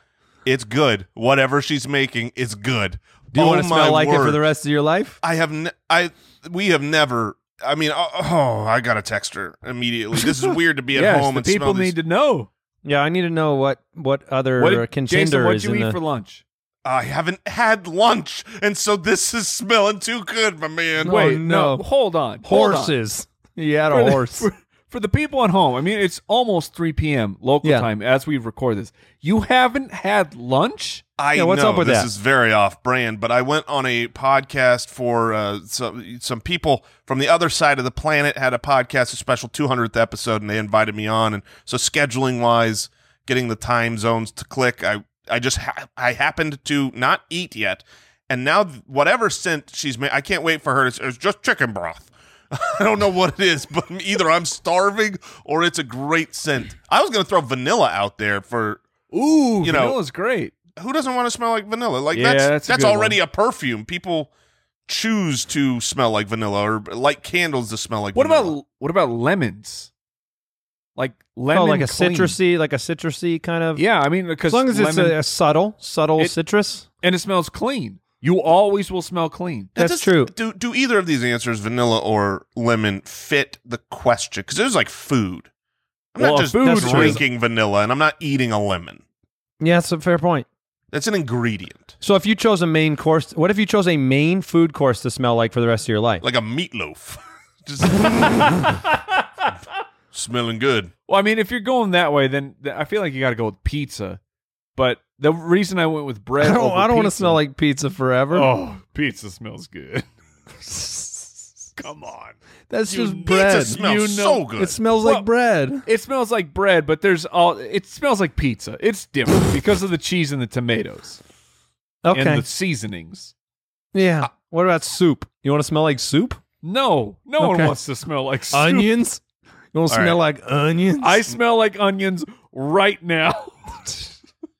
It's good. Whatever she's making, it's good. Do you Oh want to my smell like it for word. the rest of your life? I have. Ne- I we have never. I mean, oh, oh, I gotta text her immediately. This is weird to be at yes, home the and smell people these- need to know. Yeah, I need to know what what other uh, What contender did, Jason, what is did you in eat the. for lunch? I haven't had lunch, and so this is smelling too good, my man. No, Oh, Wait, no. no. hold on. hold on. horses. He had For a the- horse. for, for the people at home, I mean, it's almost 3 p.m. local Yeah. time as we record this. You haven't had lunch? I Yeah, what's know up with this that? is very off brand, but I went on a podcast for uh, some some people from the other side of the planet had a podcast, a special 200th episode, and they invited me on. And so scheduling wise, getting the time zones to click, I I just ha- I happened to not eat yet, and now th- whatever scent she's made, I can't wait for her. to s- It's just chicken broth. I don't know what it is, but either I'm starving or it's a great scent. I was gonna throw vanilla out there for Ooh, You know- vanilla's great. who doesn't want to smell like vanilla? Like Yeah, that's that's, that's a good already a perfume. People choose to smell like vanilla or light candles to smell like What vanilla. about what about lemons? Like lemon Oh, like a clean. citrusy, like a citrusy kind of. Yeah, I mean, because As long as it's lemon- a, a subtle, subtle It- citrus. and it smells clean. You always will smell cleeen. Now, That's does- true. Do do either of these answers, vanilla or lemon, fit the question? Because there's like food. I'm Well, not a just food is- drinking vanilla and I'm not eating a lemon. Yeah, that's a fair point. That's an ingredient, So if you chose a main course, what if you chose a main food course to smell like for the rest of your life? like a meatloaf. just Smelling good. Well, I mean, if you're going that way, then th- I feel like you got to go with pizza. But the reason I went with bread, I don't, over I don't want to pizza- smell like pizza forever. Oh, pizza smells good. Come on, That's Dude, just bread. Pizza smells You so know- good. It smells Well- like bread. it smells like bread, but there's all. It smells like pizza. It's different because of the cheese and the tomatoes Okay. and the seasonings. Yeah. What about soup? You want to smell like soup? No, no Okay. one wants to smell like soup. Onions? You want to All smell like onions? I smell like onions right now.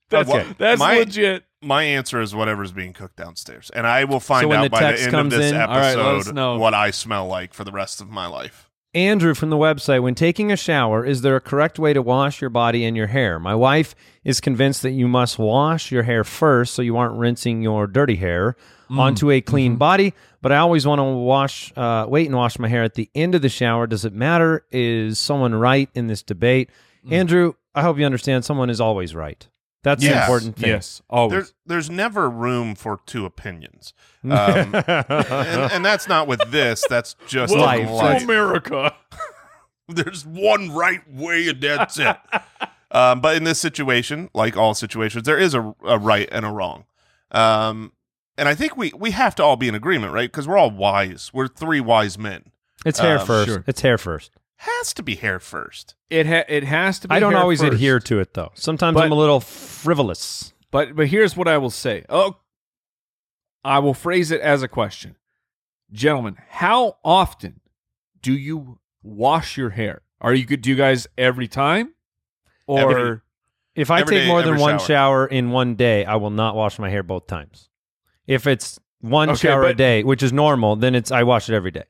that's Okay. that's My- legit. My answer is whatever's being cooked downstairs, and I will find when out the by the text end of comes this in- all right, let us episode know. what I smell like for the rest of my life. Andrew from the website, when taking a shower, is there a correct way to wash your body and your hair? My wife is convinced that you must wash your hair first so you aren't rinsing your dirty hair Mm, onto a mm-hmm. clean body, but I always want to wash uh, wait and wash my hair at the end of the shower. Does it matter? Is someone right in this debate? Mm. Andrew, I hope you understand someone is always right. That's the Yes. important thing. Yes, always. There's there's never room for two opinions, um, and, and that's not with this. That's just Well, life. life. life. America. There's one right way, and that's it. um, but in this situation, like all situations, there is a, a right and a wrong. Um, and I think we, we have to all be in agreement, right? Because we're all wise. We're three wise men. It's hair Um, first. sure. It's hair first. Has to be hair first. It ha- it has to be. I don't hair always first. adhere to it though. Sometimes But- I'm a little frivolous. But but here's what I will say. Oh, I will phrase it as a question, gentlemen. How often do you wash your hair? Are you good? Do you guys every time? Or Every- If I Every take day, more than every one shower. shower in one day, I will not wash my hair both times. If it's one Okay, shower a but- day, which is normal, then it's I wash it every day.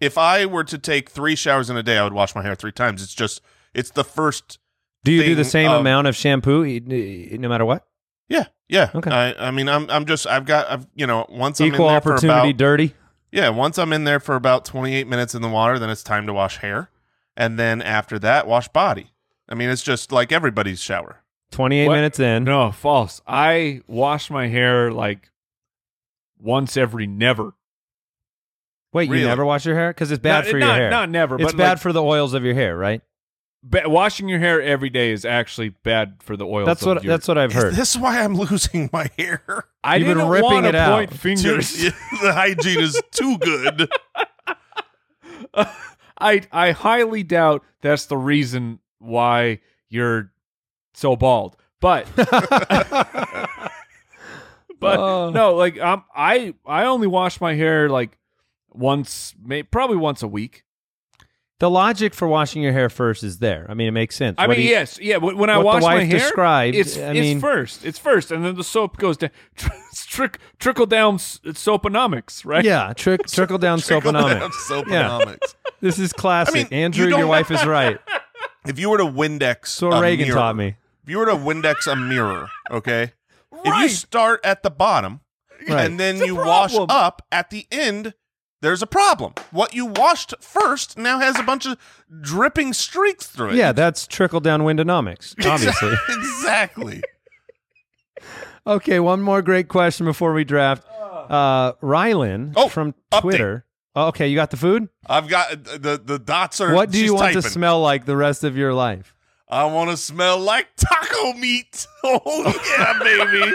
If I were to take three showers in a day, I would wash my hair three times. It's just, it's the first. Do you do thing the same of- amount of shampoo e- e- no matter what? Yeah, yeah. Okay. I, I mean, I'm, I'm just, I've got, I've, you know, once I'm Equal in there opportunity for about, dirty. Yeah, once I'm in there for about 28 minutes in the water, then it's time to wash hair. And then after that, wash body. I mean, it's just like everybody's shower. 28 What? minutes in. no, false. I wash my hair like once every never. Wait, Really? you never wash your hair cuz it's bad Not- for your not- hair. Not never. it's but bad like, for the oils of your hair, right? ba- washing your hair every day is actually bad for the oil. That's what that's what I've heard. Is this why I'm losing my hair? I You've been didn't ripping want it to out. point fingers. Too- the hygiene is too good. I I highly doubt that's the reason why you're so bald. But but Oh. no, like um, I I only wash my hair like once, may, probably once a week. The logic for washing your hair first is there. I mean, it makes sense. I What mean, do you- yes, yeah. When when I what the wash my wife hair, described, it's, I it's mean- first, it's first, and then the soap goes down. trick, trickle down s- soaponomics, right? Yeah, trick, trickle down soaponomics. Soaponomics. This is classic. I mean, you Andrew, don't- your wife is right. If you were to Windex, So a Reagan mirror- taught me. If you were to Windex a mirror, okay, if you Right. start at the bottom Right. and then It's a you wash problem. up at the end, there's a problem. What you washed first now has a bunch of dripping streaks through it. Yeah, that's trickle down windonomics, obviously. exactly. okay, one more great question before we draft. Uh, Rylan Ah. Oh, from update. Twitter. Oh, okay, you got the food? I've got uh, the the dots are. What do she's you want to typing. smell like the rest of your life? I want to smell like taco meat. Oh yeah, baby.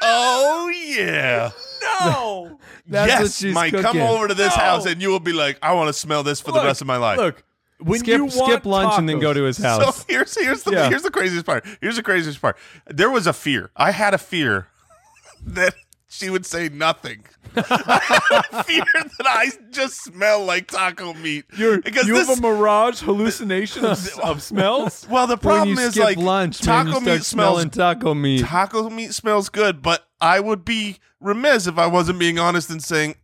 Oh yeah. No. That's yes, what she's Mike, come cooking. over to this No. house and you will be like, I want to smell this for Look, the rest of my life. Look, when skip you want skip lunch and then tacos- go to his so house. here's here's the Yeah. here's the craziest part. Here's the craziest part. There was a fear. I had a fear that she would say nothing. I had a fear that I just smell like taco meat. You're, because you this, have a mirage hallucination of, of smells. well, the problem when you is skip like lunch, man, taco you start meat smells smelling taco meat. taco meat smells good, but I would be remiss if I wasn't being honest and saying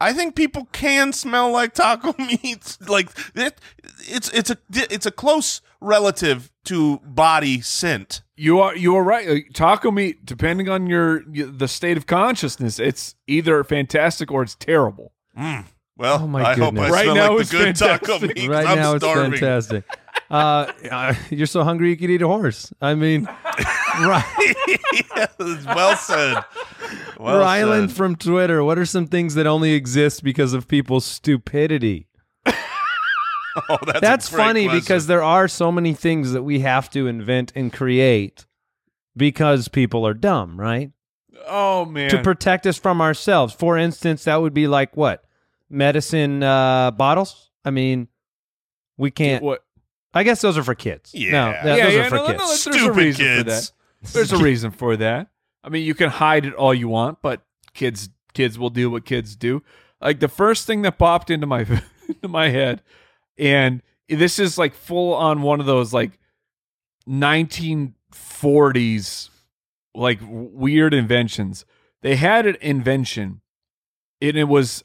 I think people can smell like taco meat. Like it, it's it's a it's a close relative to body scent. You are you are right. Uh, Taco meat, depending on your y- the state of consciousness, it's either fantastic or it's terrible. Well, Oh, my I hope I goodness. Right smell now like it's the good taco fantastic. meat. 'cause right I'm now starving. it's fantastic. Uh, uh, you're so hungry you could eat a horse. I mean, right, Yes, well said. Well Rylan said. from Twitter. What are some things that only exist because of people's stupidity? Oh, that's a That's great funny question. because there are so many things that we have to invent and create because people are dumb, right? Oh man. to protect us from ourselves. For instance, that would be like what medicine uh, bottles. I mean, we can't. what? I guess those are for kids. Yeah. no, that- yeah, those yeah, are for no, no, kids. there's a Stupid reason for that. kids. There's a reason for that. I mean, you can hide it all you want, but kids kids will do what kids do. Like the first thing that popped into my into my head, and this is like full on one of those like 1940s like w- weird inventions. They had an invention, and it was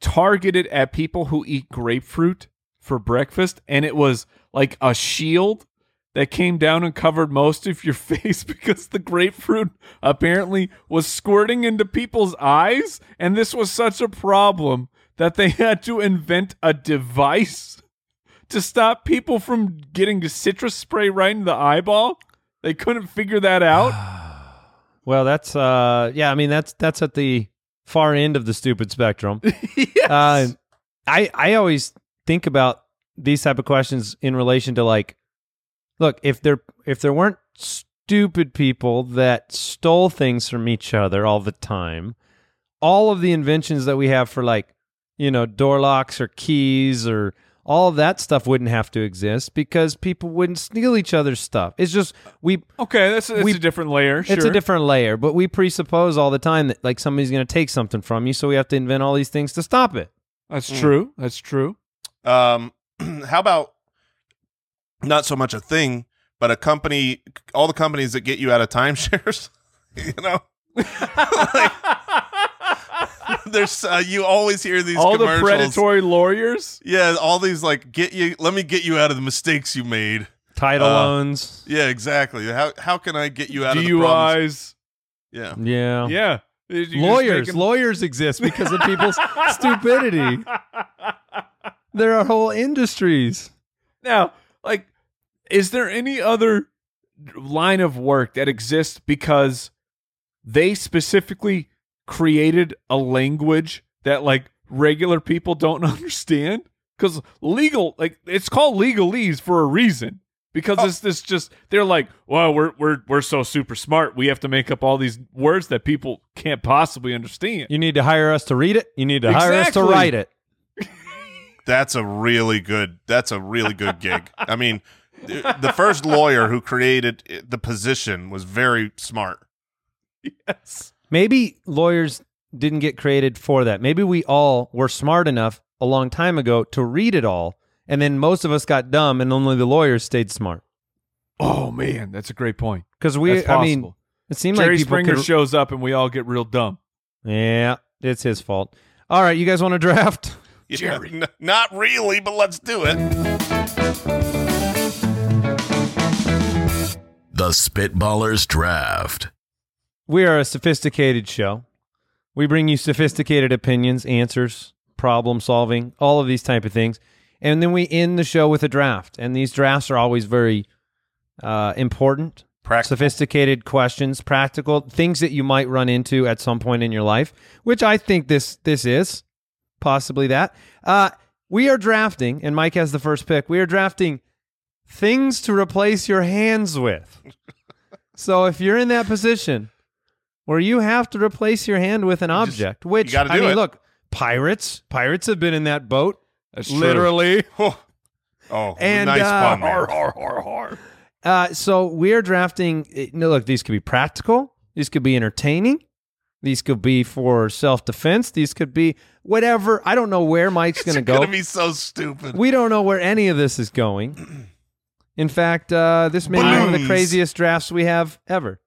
targeted at people who eat grapefruit for breakfast, and it was like a shield that came down and covered most of your face because the grapefruit apparently was squirting into people's eyes. And this was such a problem that they had to invent a device to stop people from getting citrus spray right in the eyeball. They couldn't figure that out. Well, that's uh, yeah. I mean, that's that's at the far end of the stupid spectrum. yes. Uh, I I always think about these type of questions in relation to like, look if there if there weren't stupid people that stole things from each other all the time, all of the inventions that we have for like you know door locks or keys or all of that stuff wouldn't have to exist because people wouldn't steal each other's stuff. It's just we okay, that's, that's we- a different layer. Sure. it's a different layer, but we presuppose all the time that like somebody's going to take something from you, so we have to invent all these things to stop it. That's Mm. true. That's true. Um, how about not so much a thing, but a company? All the companies that get you out of timeshares, you know. Like, there's uh, you always hear these All the commercials. predatory lawyers. yeah, all these like get you. Let me get you out of the mistakes you made. Title Uh, loans. Yeah, exactly. How how can I get you out of the problems? DUIs. Yeah, Yeah. Yeah. You just Lawyers. taking- Lawyers exist because of people's stupidity. There are whole industries. Now, like, is there any other line of work that exists because they specifically created a language that like regular people don't understand? Because legal, like, it's called legalese for a reason. Because Oh. it's this just they're like, well, we're we're we're so super smart, we have to make up all these words that people can't possibly understand. You need to hire us to read it. You need to hire us to Exactly. write it. that's a really good. That's a really good gig. I mean, the the first lawyer who created it- the position was very smart. Yes. Maybe lawyers didn't get created for that. Maybe we all were smart enough a long time ago to read it all, and then most of us got dumb, and only the lawyers stayed smart. Oh man, that's a great point. Because we, That's I mean, possible. it seemed Jerry like people Springer could- shows up and we all get real dumb. yeah, it's his fault. All right, you guys want to draft? Yeah, Jerry. n- not really, but let's do it. The Spitballers Draft. We are a sophisticated show. We bring you sophisticated opinions, answers, problem solving, all of these type of things. And then we end the show with a draft. And these drafts are always very uh, important. Practical. Sophisticated questions, practical things that you might run into at some point in your life, which I think this this is possibly that. Uh, we are drafting, and Mike has the first pick. We are drafting things to replace your hands with. So if you're in that position where you have to replace your hand with an just- object, which you gotta I do mean, it. look, pirates, pirates have been in that boat That's literally. Oh, And, nice uh, pun. man. Uh, so we're drafting. it- No, look, these could be practical. These could be entertaining. These could be for self defense. These could be whatever. I don't know where Mike's going to It's go. gonna be so stupid. we don't know where any of this is going. In fact, uh, this may be one of the Balloons. craziest drafts we have ever.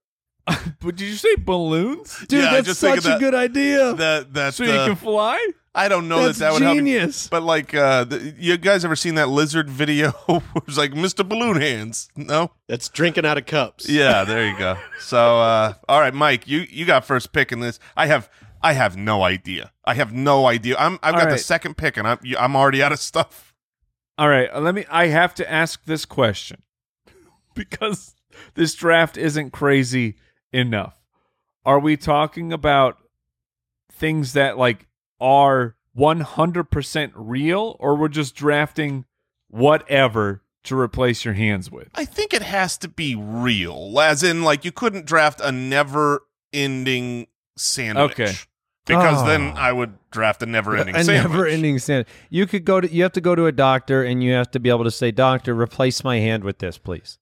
But did you say balloons? Dude, Yeah, I that's just think such of a that- good idea. that that So uh, you can fly? I don't Oh, know that's that that would help. you. genius. But like, uh, the, you guys ever seen that lizard video? where it's like Mr. Balloon Hands. No. That's drinking out of cups. Yeah, there you go. so, uh, all right, Mike, you you got first pick in this. I have I have no idea. I have no idea. I'm I've All got the right. second pick, and I'm you- I'm already out of stuff. All right, uh, let me I have to ask this question because this draft isn't crazy enough. Are we talking about things that like are 100% real or we're just drafting whatever to replace your hands with. I think it has to be real, as in like you couldn't draft a never-ending sandwich. Okay. Because Oh. then I would draft a never-ending a sandwich. never-ending sandwich. You could go to. You have to go to a doctor, and you have to be able to say, "Doctor, replace my hand with this, please."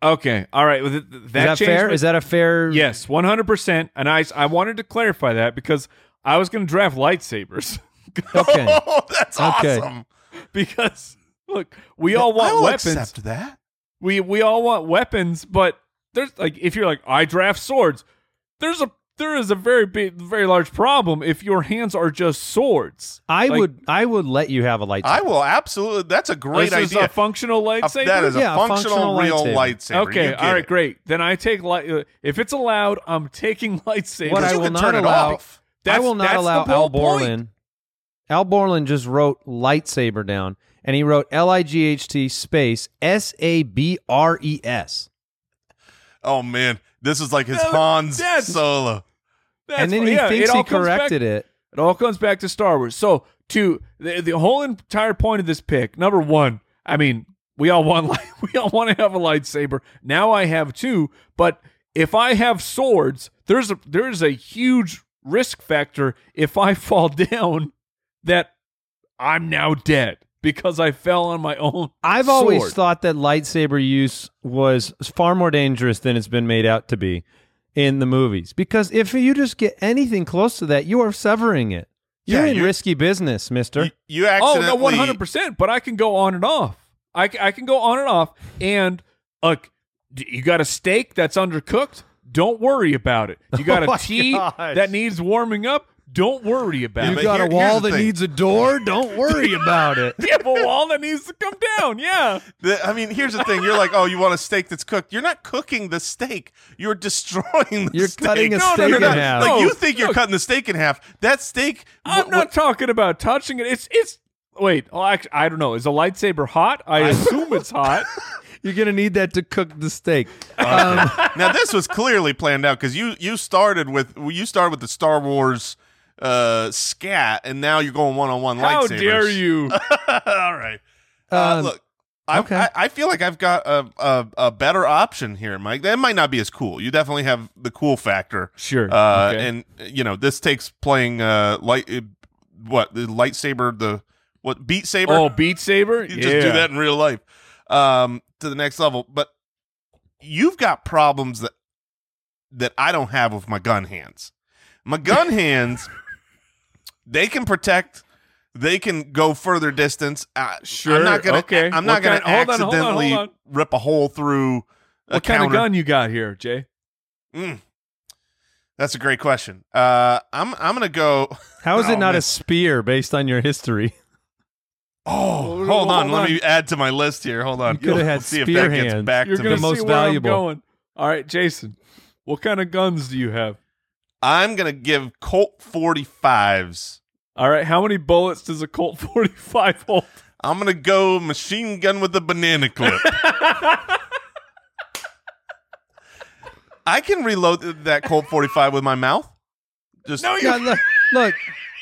Okay. All right. Well, th- th- Is that, changed fair? my- Is that a fair? Yes, 100%. And I, I wanted to clarify that because I was going to draft lightsabers. Okay. Oh, that's Okay. awesome. because, look, we all want I will weapons. accept that. we we all want weapons, but there's like if you're like I draft swords, there's a there is a very big, very large problem if your hands are just swords. I Like, would. I would let you have a lightsaber. I will absolutely. That's a great This is idea. a functional A- lightsaber. that is a Yeah, Uh, a functional, functional real lightsaber. lightsaber. You okay. get All right, it. great. Then I take light. If it's allowed, I'm taking lightsabers. What Because I you will can not turn it allow- off. I That's- will not that's allow the whole Al point. Borland. Al Borland just wrote lightsaber down, and he wrote L I G H T space S A B R E S, Oh man, this is like his Uh, No, Hans that's- solo. That's and then what- he yeah, it thinks all he comes back- corrected it. It all comes back to Star Wars. So, to the, the whole entire point of this pick, number one, I mean, we all want li- we all want to have a lightsaber. Now I have two, but if I have swords, there's a there's a huge risk factor if I fall down that I'm now dead because I fell on my own. I've always sword. thought that lightsaber use was far more dangerous than it's been made out to be in the movies. Because if you just get anything close to that, you are severing it. You're Yeah, in you're- risky business, mister. You, you Oh accidentally. no, one hundred percent. But I can go on and off. I, c- I can go on and off. And look, d- you got a steak that's undercooked. Don't worry about it. You got Oh my a tea gosh. that needs warming up. Don't worry about You it. but here- here's the thing. a door. Don't worry about it. You have a wall that needs to come down. Yeah. The- I mean, here's the thing. You're like, oh, you want a steak that's cooked. You're not cooking the steak. You're destroying the You're steak. cutting a No, no, steak you're in not. half. Like, you No, think you're look. cutting the steak in half. That steak. I'm wh- not talking about touching it. It's it's. Wait, well, actually, I don't know. Is a lightsaber hot? I assume it's hot. You're gonna need that to cook the steak. Um, wh- now, this was clearly planned out because you, you started with you started with the Star Wars uh, scat, and now you're going one on one How lightsabers. dare you? All right. Uh, Um, look, I've, okay. I, I feel like I've got a, a a better option here, Mike. That might not be as cool. You definitely have the cool factor. Sure. Uh, Okay. And you know, this takes playing uh light uh, what the lightsaber the what beat saber. Oh, Beat Saber. you just do Yeah. that in real life um, to the next level. But you've got problems that that I don't have with my gun hands. My gun hands, they can protect. They can go further distance. I, I'm Sure, not gonna. okay. I'm not What gonna kind- hold on, hold on, hold accidentally on. rip a hole through. a What kind of counter. gun you got here, Jay? Mm. That's a great question. Uh, I'm I'm gonna go. How is Oh, it not man. a spear based on your history? Oh, hold, hold on. on. Let me add to my list here. Hold on. You could've had Let's see if spear that gets hands. back You're to gonna me. the most see where valuable. I'm going. All right, Jason, what kind of guns do you have? I'm gonna give Colt 45s. All right, how many bullets does a Colt 45 hold? I'm gonna go machine gun with a banana clip. I can reload th- that Colt 45 with my mouth. Just no, Yeah, look, look,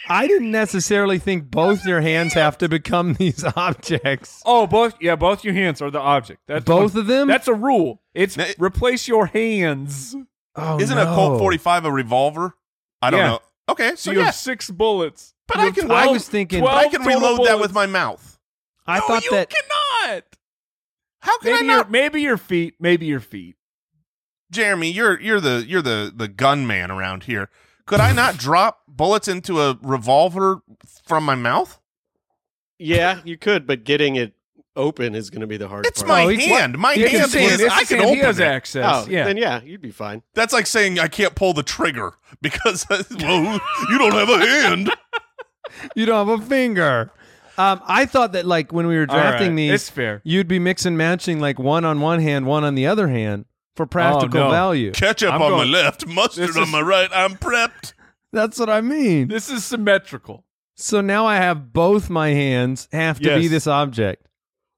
I didn't necessarily think both your hands have to become these objects. Oh, both yeah, both your hands are the object. That's Both of them? That's a rule. It's Now, it- replace your hands. So Oh, isn't a no. Colt 45 a revolver? I don't Yeah. know. Okay, so you have yes, six bullets. But You I have can- I 12 was thinking- 12 I can total reload that with bullets. my mouth. I No, thought you that cannot. How can Maybe I your, not? maybe your feet, maybe your feet. Jeremy, you're you're the you're the the gun man around here. Could I not drop bullets into a revolver from my mouth? Yeah, you could, but getting it open is going to be the hard It's part. my he's- what- hand. My You hand see is. this I is can hand. open he has it. access. oh, yeah. then yeah, you'd be fine. That's like saying I can't pull the trigger because well, you don't have a hand. you don't have a finger. Um, I thought that like when we were All right, drafting It's these, fair. you'd be mix and matching like one on one hand, one on the other hand for practical Oh, no. value. Ketchup I'm on going- my left, mustard This on is- my right. I'm prepped. That's what I mean. This is symmetrical. So now I have both my hands have to be Yes. this object.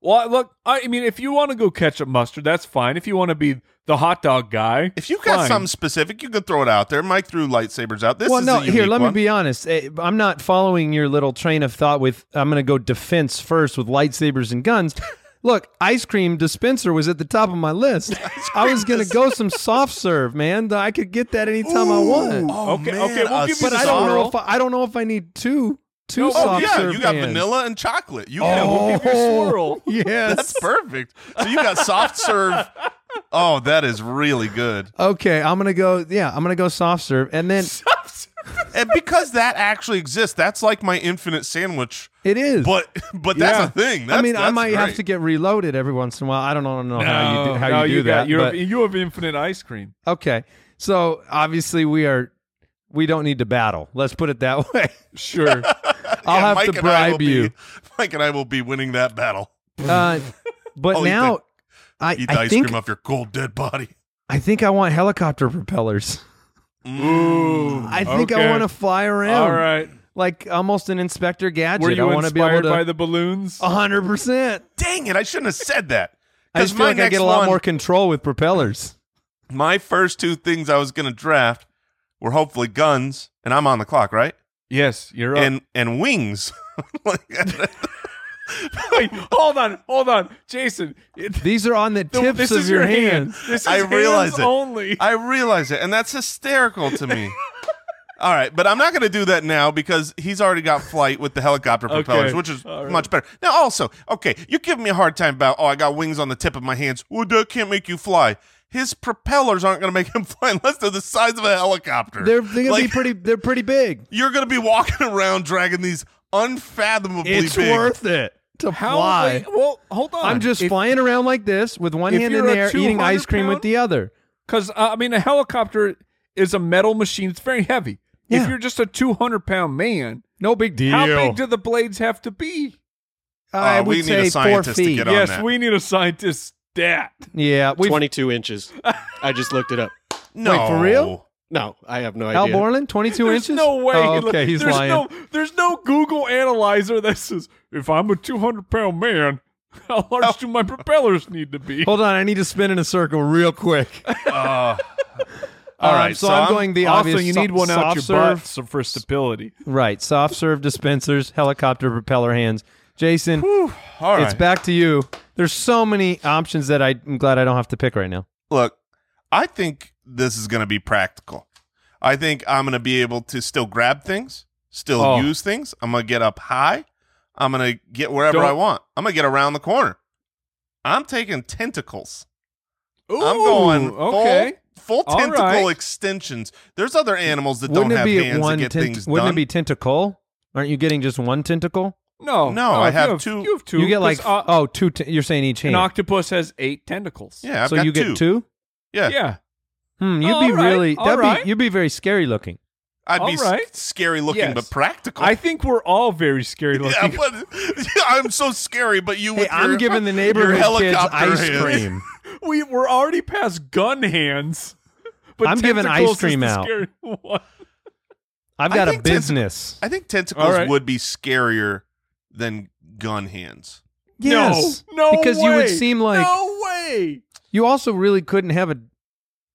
Well, I- look, I I mean, if you want to go ketchup mustard, that's fine. If you want to be the hot dog guy. If you got Fine. something specific, you could throw it out there. Mike threw lightsabers out. This well, is no. a Here, unique let one. me be honest. Eh, I'm not following your little train of thought. With I'm going to go defense first with lightsabers and guns. Look, ice cream dispenser was at the top of my list. I was going to go some soft serve, man. I could get that anytime I want. Oh, Okay, man, okay, we'll a give you but the I don't know sorrel. if I, I don't know if I need two two No, oh, Oh soft yeah, serve you got pans. vanilla and chocolate. You Yeah, got we'll give you a swirl. Yes. that's perfect. So you got soft serve. Oh, that is really good. okay, I'm gonna go. Yeah, I'm gonna go soft serve, and then And because that actually exists, that's like my infinite sandwich. it is. But but that's Yeah. a thing. That's, I mean, I that's might have great. to get reloaded every once in a while. I don't know, know how you do, how no, you do got- that. you have, but- you have infinite ice cream. okay, so obviously we are we don't need to battle. Let's put it that way. Sure. I'll Yeah, have Mike to and I will bribe you. Be, Mike and I will be winning that battle. Uh, but I'll eat now the- I, Eat the I ice think cream off your cold dead body. I think I want helicopter propellers. Ooh. I think I Okay. want to fly around. All right. like almost an Inspector Gadget. Were I you want to be able inspired by to the balloons? Uh, hundred percent. Dang it! I shouldn't have said that. I just feel 'Cause my like I next get a lot one- more control with propellers. my first two things I was going to draft were hopefully guns, and I'm on the clock, right? Yes, you're Uh. up. And and wings. Like, Wait, hold on, hold on, Jason. It, These are on the the- tips this of is your, your hand. hands. This is I realize hands it. only. I realize it, and that's hysterical to me. All right, but I'm not going to do that now because he's already got flight with the helicopter propellers, which is all right. much better. Now, also, okay, you give me a hard time about, oh, I got wings on the tip of my hands. Well, that can't make you fly. His propellers aren't going to make him fly unless they're the size of a helicopter. They're, they're gonna be Like, pretty. They're pretty big. You're going to be walking around dragging these unfathomably It's big. worth it to How? fly. wait, well, hold on. I'm just flying around like this with one if hand in you're the a air, eating 200 ice cream with pound- the other. because uh, I mean a helicopter is a metal machine. It's very heavy. Yeah. If you're just a 200 pound man, No big deal. how big do the blades have to be? I Uh, would we need say a four scientist to feet. get on Yes, that. we need a scientist stat. Yeah, we. 22 inches. I just looked it up. No, Wait, for real? No, I have no Al idea. Borland, 22 There's inches. no way. Oh, okay, he's there's lying. No, there's no Google analyzer that says if I'm a 200 pound man, how large do my propellers need to be? Oh. Hold on, I need to spin in a circle real quick. Um, All right, Uh, so, I'm, going the also, obvious. you so- need one out soft your serve. butt so for stability. Right. Soft serve dispensers, helicopter propeller hands. Jason, it's back to you. There's so many options that I- I'm glad I don't have to pick right now. look, I think this is going to be practical. I think I'm going to be able to still grab things, still Oh. use things. I'm going to get up high. I'm going to get wherever Don't- I want. I'm going to get around the corner. I'm taking tentacles. Ooh, I'm going full, okay. full All tentacle right. extensions. There's other animals that wouldn't don't it have be hands one that get tent- things Wouldn't done. it be tentacle? Aren't you getting just one tentacle? No, No, I you have two- You have two. you get like 'cause, uh, oh two. T- you're saying each an hand. octopus has eight tentacles. yeah, I've so got you two. get two. Yeah. yeah. Hmm. You'd Oh, be all right, really. all That'd right. be. You'd be very scary looking. I'd be All right. s- scary looking, Yes. but practical. I think we're all very scary yeah, looking. but, I'm so scary, but you. Hey, with I'm your- giving the your neighborhood kids helicopter ice hands. cream. we we're already past gun hands. But I'm giving tentacles ice cream is the out. scary one. I've I got a think tentac- business. I think tentacles All right. would be scarier than gun hands. yes. No, no Because you would way. seem like no way. You also really couldn't have a.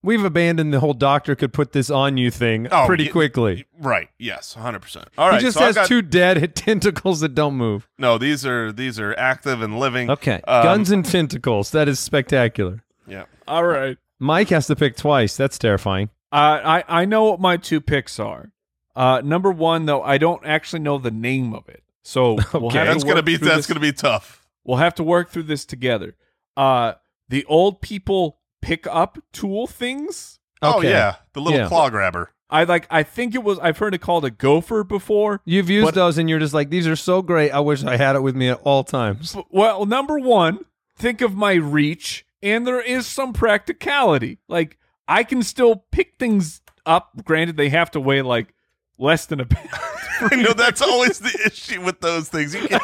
We've abandoned the whole doctor could put this on you thing Oh, pretty yeah. quickly. Right. Yes. Hundred percent. All He right. just so I've has got- two dead tentacles that don't move. No, these are these are active and living. Okay. Um, Guns and tentacles. That is spectacular. Yeah. All right. Mike has to pick twice. That's terrifying. Uh, I I know what my two picks are. Uh, number one though, I don't actually know the name of it, so we'll Okay. have That's to gonna work be through that's this- gonna be tough. We'll have to work through this together. Uh, the old people pick up tool things. Oh Okay. yeah, the little Yeah. claw grabber. I like. I think it was. I've heard it called a gopher before. You've used But- those and you're just like, these are so great. I wish I had it with me at all times. B- Well, number one, think of my reach, and there is some practicality. Like I can still pick things up. Granted, they have to weigh like less than a pound. I know that's always the issue with those things. You can't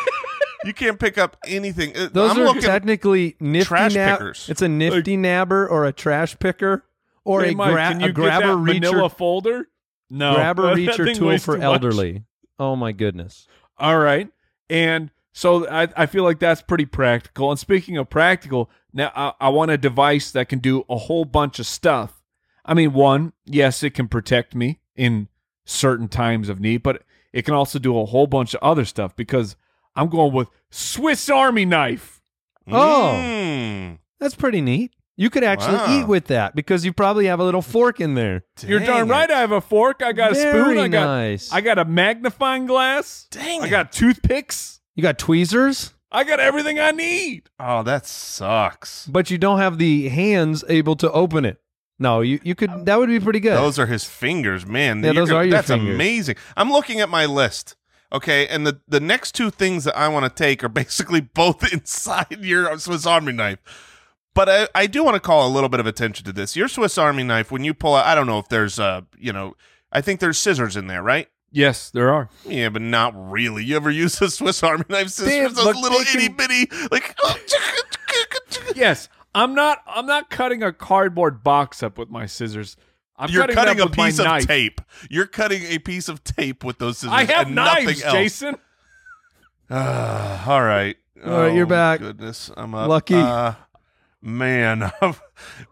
you can't pick up anything. Uh, Those I'm are looking. technically nifty trash nab- pickers. It's a nifty nabber or a trash picker or Hey, a, Mike, gra- can you a get grabber that reacher, manila folder? No, grabber that reacher thing tool weighs for too much. elderly. Oh my goodness. All right, and So I, I feel like that's pretty practical. And speaking of practical, now I, I want a device that can do a whole bunch of stuff. I mean, one, yes, it can protect me in certain times of need, but it can also do a whole bunch of other stuff because I'm going with Swiss Army knife. Oh. Mm. That's pretty neat. You could actually Wow. eat with that because you probably have a little fork in there. You're Dang darn it. right. I have a fork. I got a spoon. Very I got nice. I got a magnifying glass. Dang I it. got toothpicks. you got tweezers, I got everything I need. Oh, that sucks. but you don't have the hands able to open it. No, you, you Um, could. That would be pretty good. Those are his fingers, man. Yeah, You're those gonna- are your That's fingers. amazing. I'm looking at my list. Okay, and the the next two things that I want to take are basically both inside your Swiss Army knife. But I, I do want to call a little bit of attention to this. Your Swiss Army knife, when you pull out, I don't know if there's uh, you know, I think there's scissors in there, right? Yes, there are. Yeah, but not really. You ever use a Swiss Army knife scissors? They- Those look, little they can- itty bitty, like. Yes, I'm not. I'm not cutting a cardboard box up with my scissors. I'm You're it cutting, up a with my piece of knife. tape. You're cutting a piece of tape with those scissors. I have and knives, nothing else. Oh, Jason. Ah, all right. All right, you're Oh, back. Goodness, I'm up. Lucky. Uh, man,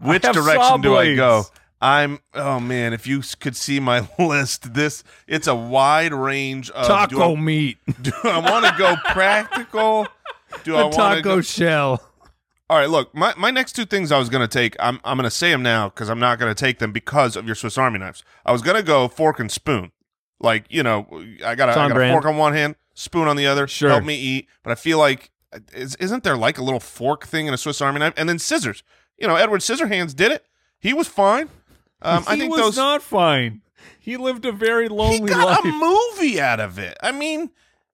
which have saw direction do I go? blades. I'm. Oh man, if you s- could see my list, this it's a wide range of Do I, meat, do I want to go practical? Do I a want taco to go shell. all right, look, my, my next two things I was going to take, I'm, I'm going to say them now because I'm not going to take them because of your Swiss Army knives. I was going to go fork and spoon. Like, you know, I got a, It's on I got a brand. fork on one hand, spoon on the other. Sure. Help me eat. But I feel like, is, isn't there like a little fork thing in a Swiss Army knife? And then scissors. You know, Edward Scissorhands did it. He was fine. Um, I he think was those. not fine. He lived a very he lonely got life. a movie out of it. I mean,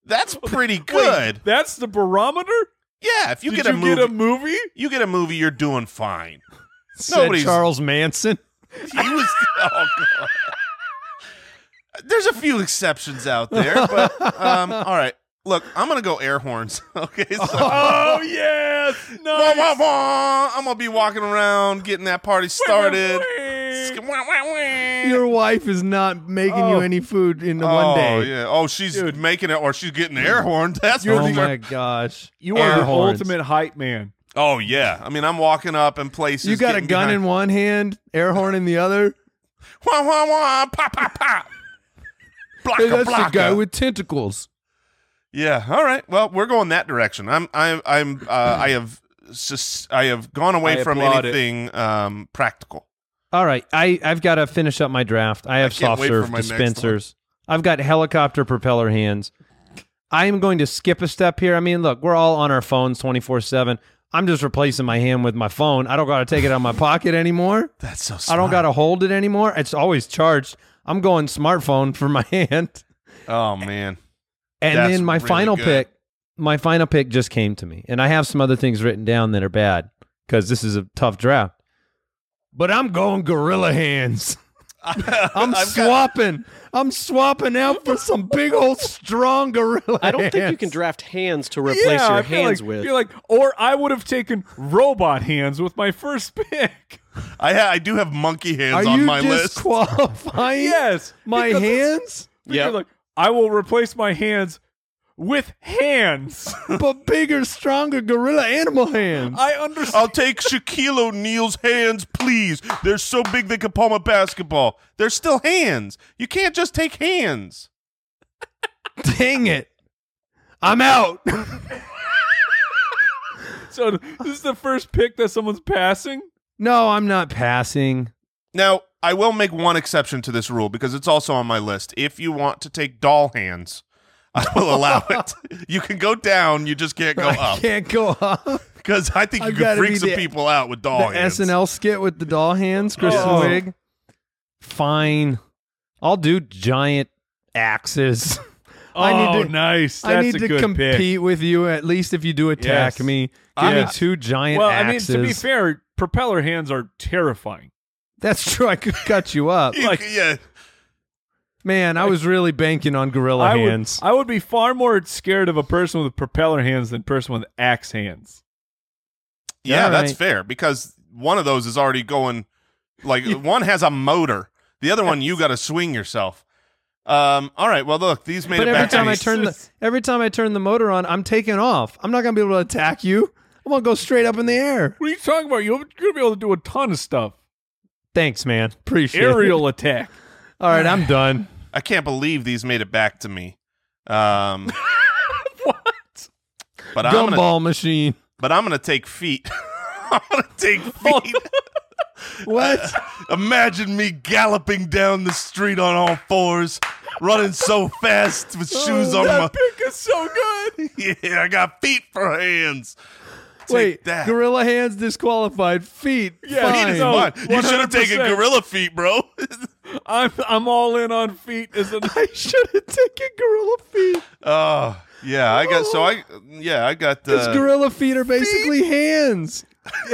that's pretty Wait, good. that's the barometer. yeah, if you Did get a you movie, get a movie? you get a movie, you're doing fine. Said Nobody's- Charles Manson. He was. Oh god. There's a few exceptions out there, but um, all right. Look, I'm gonna go air horns. Okay. So, Oh yes, Wah, no. wah, wah. I'm gonna be walking around getting that party started. Sk- wah, wah, wah. Your wife is not making you Oh. any food in the oh, one day. yeah. Oh, she's Dude. making it, or she's getting air horned. That's Oh for sure. my gosh! You are Air the horns. ultimate hype man. Oh yeah. I mean, I'm walking up in places. You got a getting gun in behind- one hand, air horn in the other. Wah, wah, wah. Pop, pop, pop. Hey, Blocka, that's the blocka. guy with tentacles. Yeah. All right. Well, we're going that direction. I'm. I'm. I'm. Uh, I have. Sus- I have gone away I from applaud it. anything um, practical. All right, I I've got to finish up my draft. I have can't soft wait for serve my next one. dispensers. I've got helicopter propeller hands. I am going to skip a step here. I mean, look, we're all on our phones twenty four seven. I'm just replacing my hand with my phone. I don't got to take it out of my pocket anymore. That's so. I don't got to hold it anymore. It's always charged. I'm going smartphone for my hand. Oh Eh. man. And That's then my really final good. pick, my final pick just came to me. And I have some other things written down that are bad because this is a tough draft. But I'm going gorilla hands. I'm swapping. I'm swapping out for some big old strong gorilla. I don't think you can hands. draft hands to replace yeah, your I feel hands like, with. You're like, or I would have taken robot hands with my first pick. I ha- I do have monkey hands Are on you my list. disqualifying yes, my because it's- hands? because Yeah. you're like, I will replace my hands with hands. But bigger, stronger gorilla animal hands. I understand. I'll take Shaquille O'Neal's hands, please. They're so big they could palm a basketball. They're still hands. You can't just take hands. Dang it. I'm out. So this is the first pick that someone's passing. no, I'm not passing. Now, I will make one exception to this rule because it's also on my list. If you want to take doll hands, I will allow it. You can go down, you just can't go I up. can't go up. Because I think you I've could gotta freak be some the- people out with doll the hands. SNL skit with the doll hands, Kristen Oh. Wiig. Fine, I'll do giant axes. I oh, need to. nice. That's I need a to good compete pick. with you at least if you do attack Yes. me. Give Yeah. me two giant Well, axes. I mean, to be fair, propeller hands are terrifying. That's true. I could cut you up, You like- c- yeah. man. I was really banking on gorilla I would, hands. I would be far more scared of a person with propeller hands than person with axe hands. Yeah, All that's right. fair because one of those is already going, like, one has a motor, the other one, you got to swing yourself. Um, all right. Well, look, these made But it every back. to time I these- turn the every time I turn the motor on, I'm taking off. I'm not gonna be able to attack you. I'm gonna go straight up in the air. What are you talking about? You're gonna be able to do a ton of stuff. Thanks, man. Appreciate it. Aerial attack. All right, I'm done. I can't believe these made it back to me. Um, What? but I'm gonna, Gumball machine. but I'm gonna take feet. I'm gonna take feet. What? Imagine me galloping down the street on all fours, running so fast with Oh, shoes on my. pick is so good. Yeah, I got feet for hands. Take Wait, that. gorilla hands disqualified. Feet. Yeah, Feet fine. is No, mine. Oh, You should have taken 100%. gorilla feet, bro. I'm I'm all in on feet. Is an I should have taken gorilla feet. oh, yeah, I got so I yeah, I got Because uh, gorilla feet are basically hands.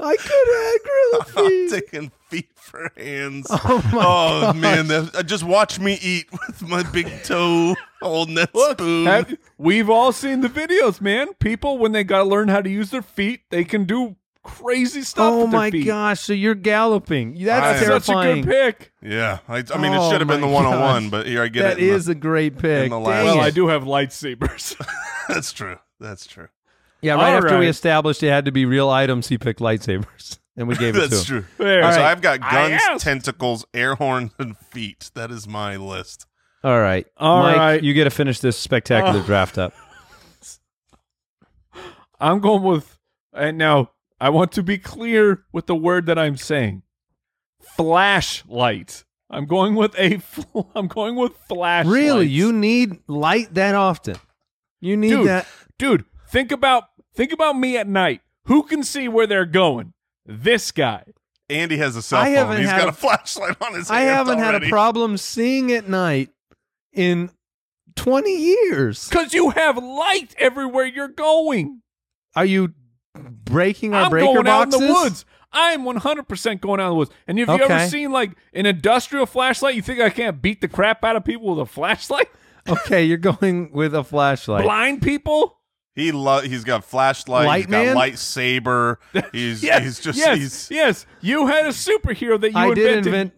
I could have had gorilla I'm feet. taking feet for hands. oh my Oh man, that, uh, just watch me eat with my big toe holding that spoon. Have- we've all seen the videos, man. People when they gotta learn how to use their feet, they can do crazy stuff. Oh with their my feet. gosh! So you're galloping. That's I am- Such a terrifying. good pick. yeah, I, I mean it Oh, should have been the my one on one, gosh. but here I get That it. in the- is a great pick. the Dang last- Well, it. I do have lightsabers. that's true. That's true. Yeah, right All after we right. established it had to be real items, he picked lightsabers, and we gave it to him. That's true. There. So right. I've got I guns, asked. tentacles, air horns, and feet. That is my list. All right, All Mike, right. you get to finish this spectacular Oh. draft up. I'm going with, and now I want to be clear with the word that I'm saying. Flashlight. I'm going with a. Fl- I'm going with flashlight. Really, you need light that often? You need Dude. that? dude. Think about think about me at night. Who can see where they're going? This guy. Andy has a cell I phone. haven't He's had got a, a- flashlight on his. I hand haven't had a already. problem seeing at night in twenty years. Because you have light everywhere you're going. Are you breaking our I'm breaker going boxes? out in the woods. I'm 100% going out in the woods. And if you Okay. ever seen like an industrial flashlight, you think I can't beat the crap out of people with a flashlight? Okay, you're going with a flashlight. Blind people? He lo- he's got flashlight. he's Lightman? got lightsaber. He's Yes, he's just yes, he's yes. You had a superhero that you I did invented invent.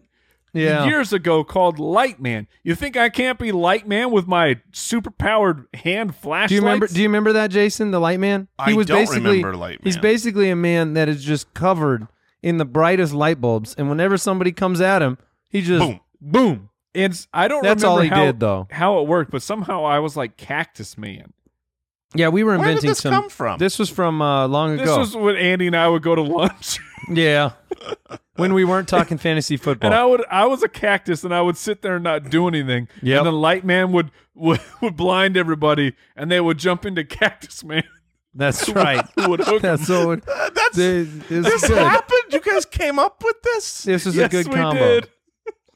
Yeah. years ago called Lightman. You think I can't be Lightman with my superpowered hand flashlight? do you remember? Do you remember that Jason, the light man? I don't remember light He's man. basically a man that is just covered in the brightest light bulbs, and whenever somebody comes at him, he just boom. boom. It's I don't That's remember all he how, did, though. how it worked, but somehow I was like Cactus Man. Yeah, we were Where did inventing this some. come from? This was from uh, long This ago. was when Andy and I would go to lunch. yeah, when we weren't talking fantasy football. And I would, I was a cactus, and I would sit there and not do anything. Yep. And the light man would, would would blind everybody, and they would jump into cactus man. That's right. Who would hook 'em. That's so. It, Uh, that's this is this good. happened. You guys came up with this. This is yes, a good we combo. did.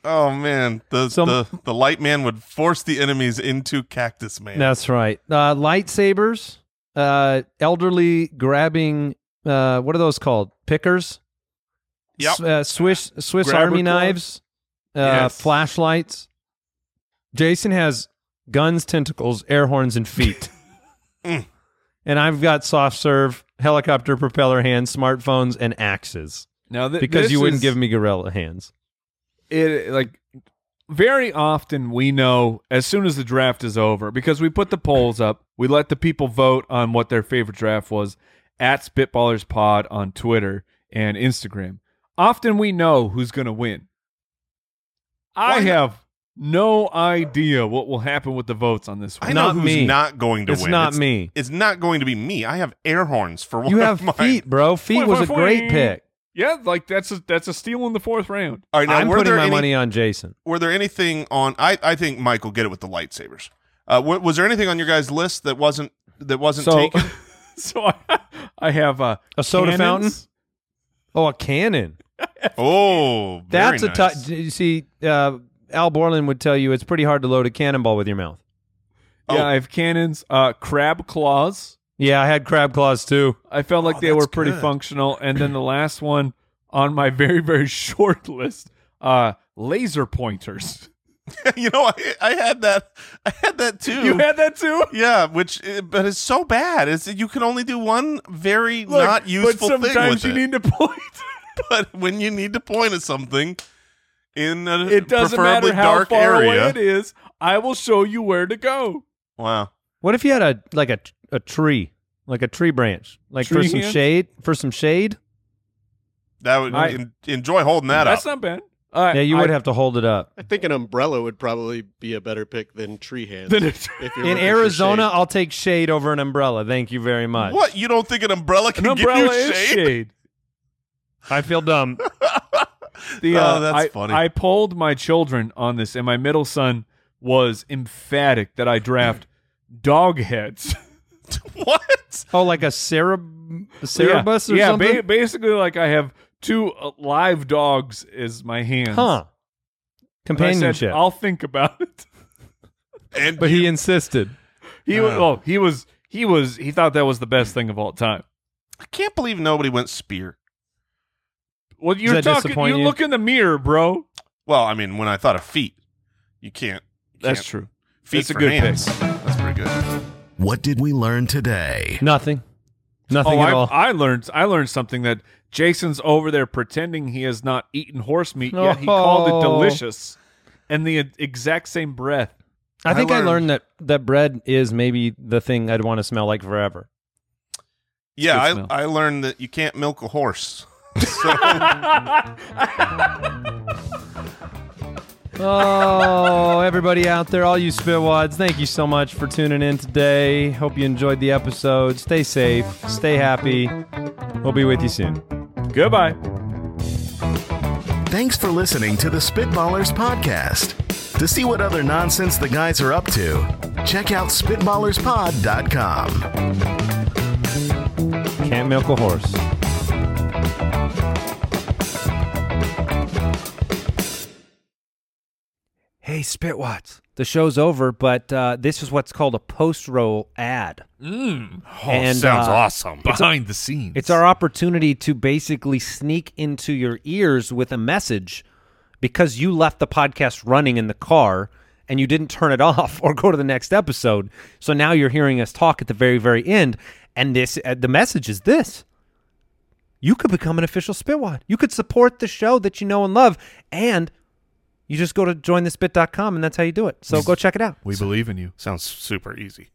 Oh man, the Some- the the light man would force the enemies into Cactus Man. That's right. Uh, lightsabers, uh, elderly grabbing. Uh, what are those called? Pickers. Yep. S- uh, Swiss Swiss Grabber Army clubs. knives. Uh, Yes. Flashlights. Jason has guns, tentacles, air horns, and feet. Mm. and I've got soft serve, helicopter propeller hands, smartphones, and axes Now, th- because this you wouldn't is- give me gorilla hands. it like very often we know as soon as the draft is over because we put the polls up we let the people vote on what their favorite draft was at spitballers pod on twitter and instagram often we know who's going to win i Why not- have no idea what will happen with the votes on this I one know Not who's me. not going to It's win. not me. It's not going to be me. I have air horns for one You have of mine. feet, bro. Feet was a great pick. yeah like that's a that's a steal in the fourth round All right, now I'm were putting there my any, money on Jason. Were there anything on? I I think Mike will get it with the lightsabers. Uh, wa- was there anything on your guys' list that wasn't that wasn't so taken? so I, I have uh, A soda fountain? cannons. Oh, a cannon. Oh, very That's a nice. tough. You see, uh, Al Borland would tell you it's pretty hard to load a cannonball with your mouth. yeah Oh. i have cannons uh crab claws Yeah, I had crab claws too. I felt like Oh, they were that's pretty good. functional. And then the last one on my very, very short list, uh, laser pointers. you know, I, I had that. I had that too. You had that too? yeah, which uh, but it's so bad. It's you can only do one very Look, not useful But thing sometimes with you it. need to point. but when you need to point at something, in a It doesn't preferably matter how dark far area. away it is. I will show you where to go. Wow. What if you had a like a a tree, like a tree branch, like for Tree some hand? shade, for some shade? That would I- en- enjoy holding that That's up. not bad. All right, Yeah, you I- would have to hold it up. I think an umbrella would probably be a better pick than tree hands. Then if it's- you're looking In for Arizona, shade. I'll take shade over an umbrella. Thank you very much. what? You don't think an umbrella can an umbrella give you is shade? shade. I feel dumb. The, Oh, uh, that's I, funny. I polled my children on this, and my middle son was emphatic that I draft dog heads. what? Oh, like a cereb- cerebus yeah, or yeah, something? ba- basically, like I have two uh, live dogs as my hands. Huh. And I said, Companionship. I'll think about it. And but he insisted. He was. Oh, he was. He was. He thought that was the best thing of all time. I can't believe nobody went spear. Well, you're that talking. disappoint You you? look in the mirror, bro. Well, I mean, when I thought of feet, you can't. you That's can't- true. Feet That's a for good hands. That's pretty good. What did we learn today? Nothing. Nothing Oh, at I, all. I learned. I learned something that Jason's over there pretending he has not eaten horse meat yet. He called it Oh. delicious, and the exact same breath. I think I learned, learned- that that bread is maybe the thing I'd want to smell like forever. Yeah, smell. I, I learned that you can't milk a horse. So, Oh, everybody out there, all you spitwads, thank you so much for tuning in today. Hope you enjoyed the episode. Stay safe, stay happy. We'll be with you soon. Goodbye. Thanks for listening to the Spitballers Podcast. To see what other nonsense the guys are up to, check out SpitballersPod.com. Can't milk a horse. Hey, Spitwats. The show's over, but uh, this is what's called a post roll ad. oh, And, sounds uh, awesome. Behind the scenes. It's our opportunity to basically sneak into your ears with a message because you left the podcast running in the car and you didn't turn it off or go to the next episode. So now you're hearing us talk at the very, very end. And this, uh, the message is this you could become an official Spitwad. You could support the show that you know and love. And you just go to jointhespit.com and that's how you do it. So go check it out. We believe in you. Sounds super easy.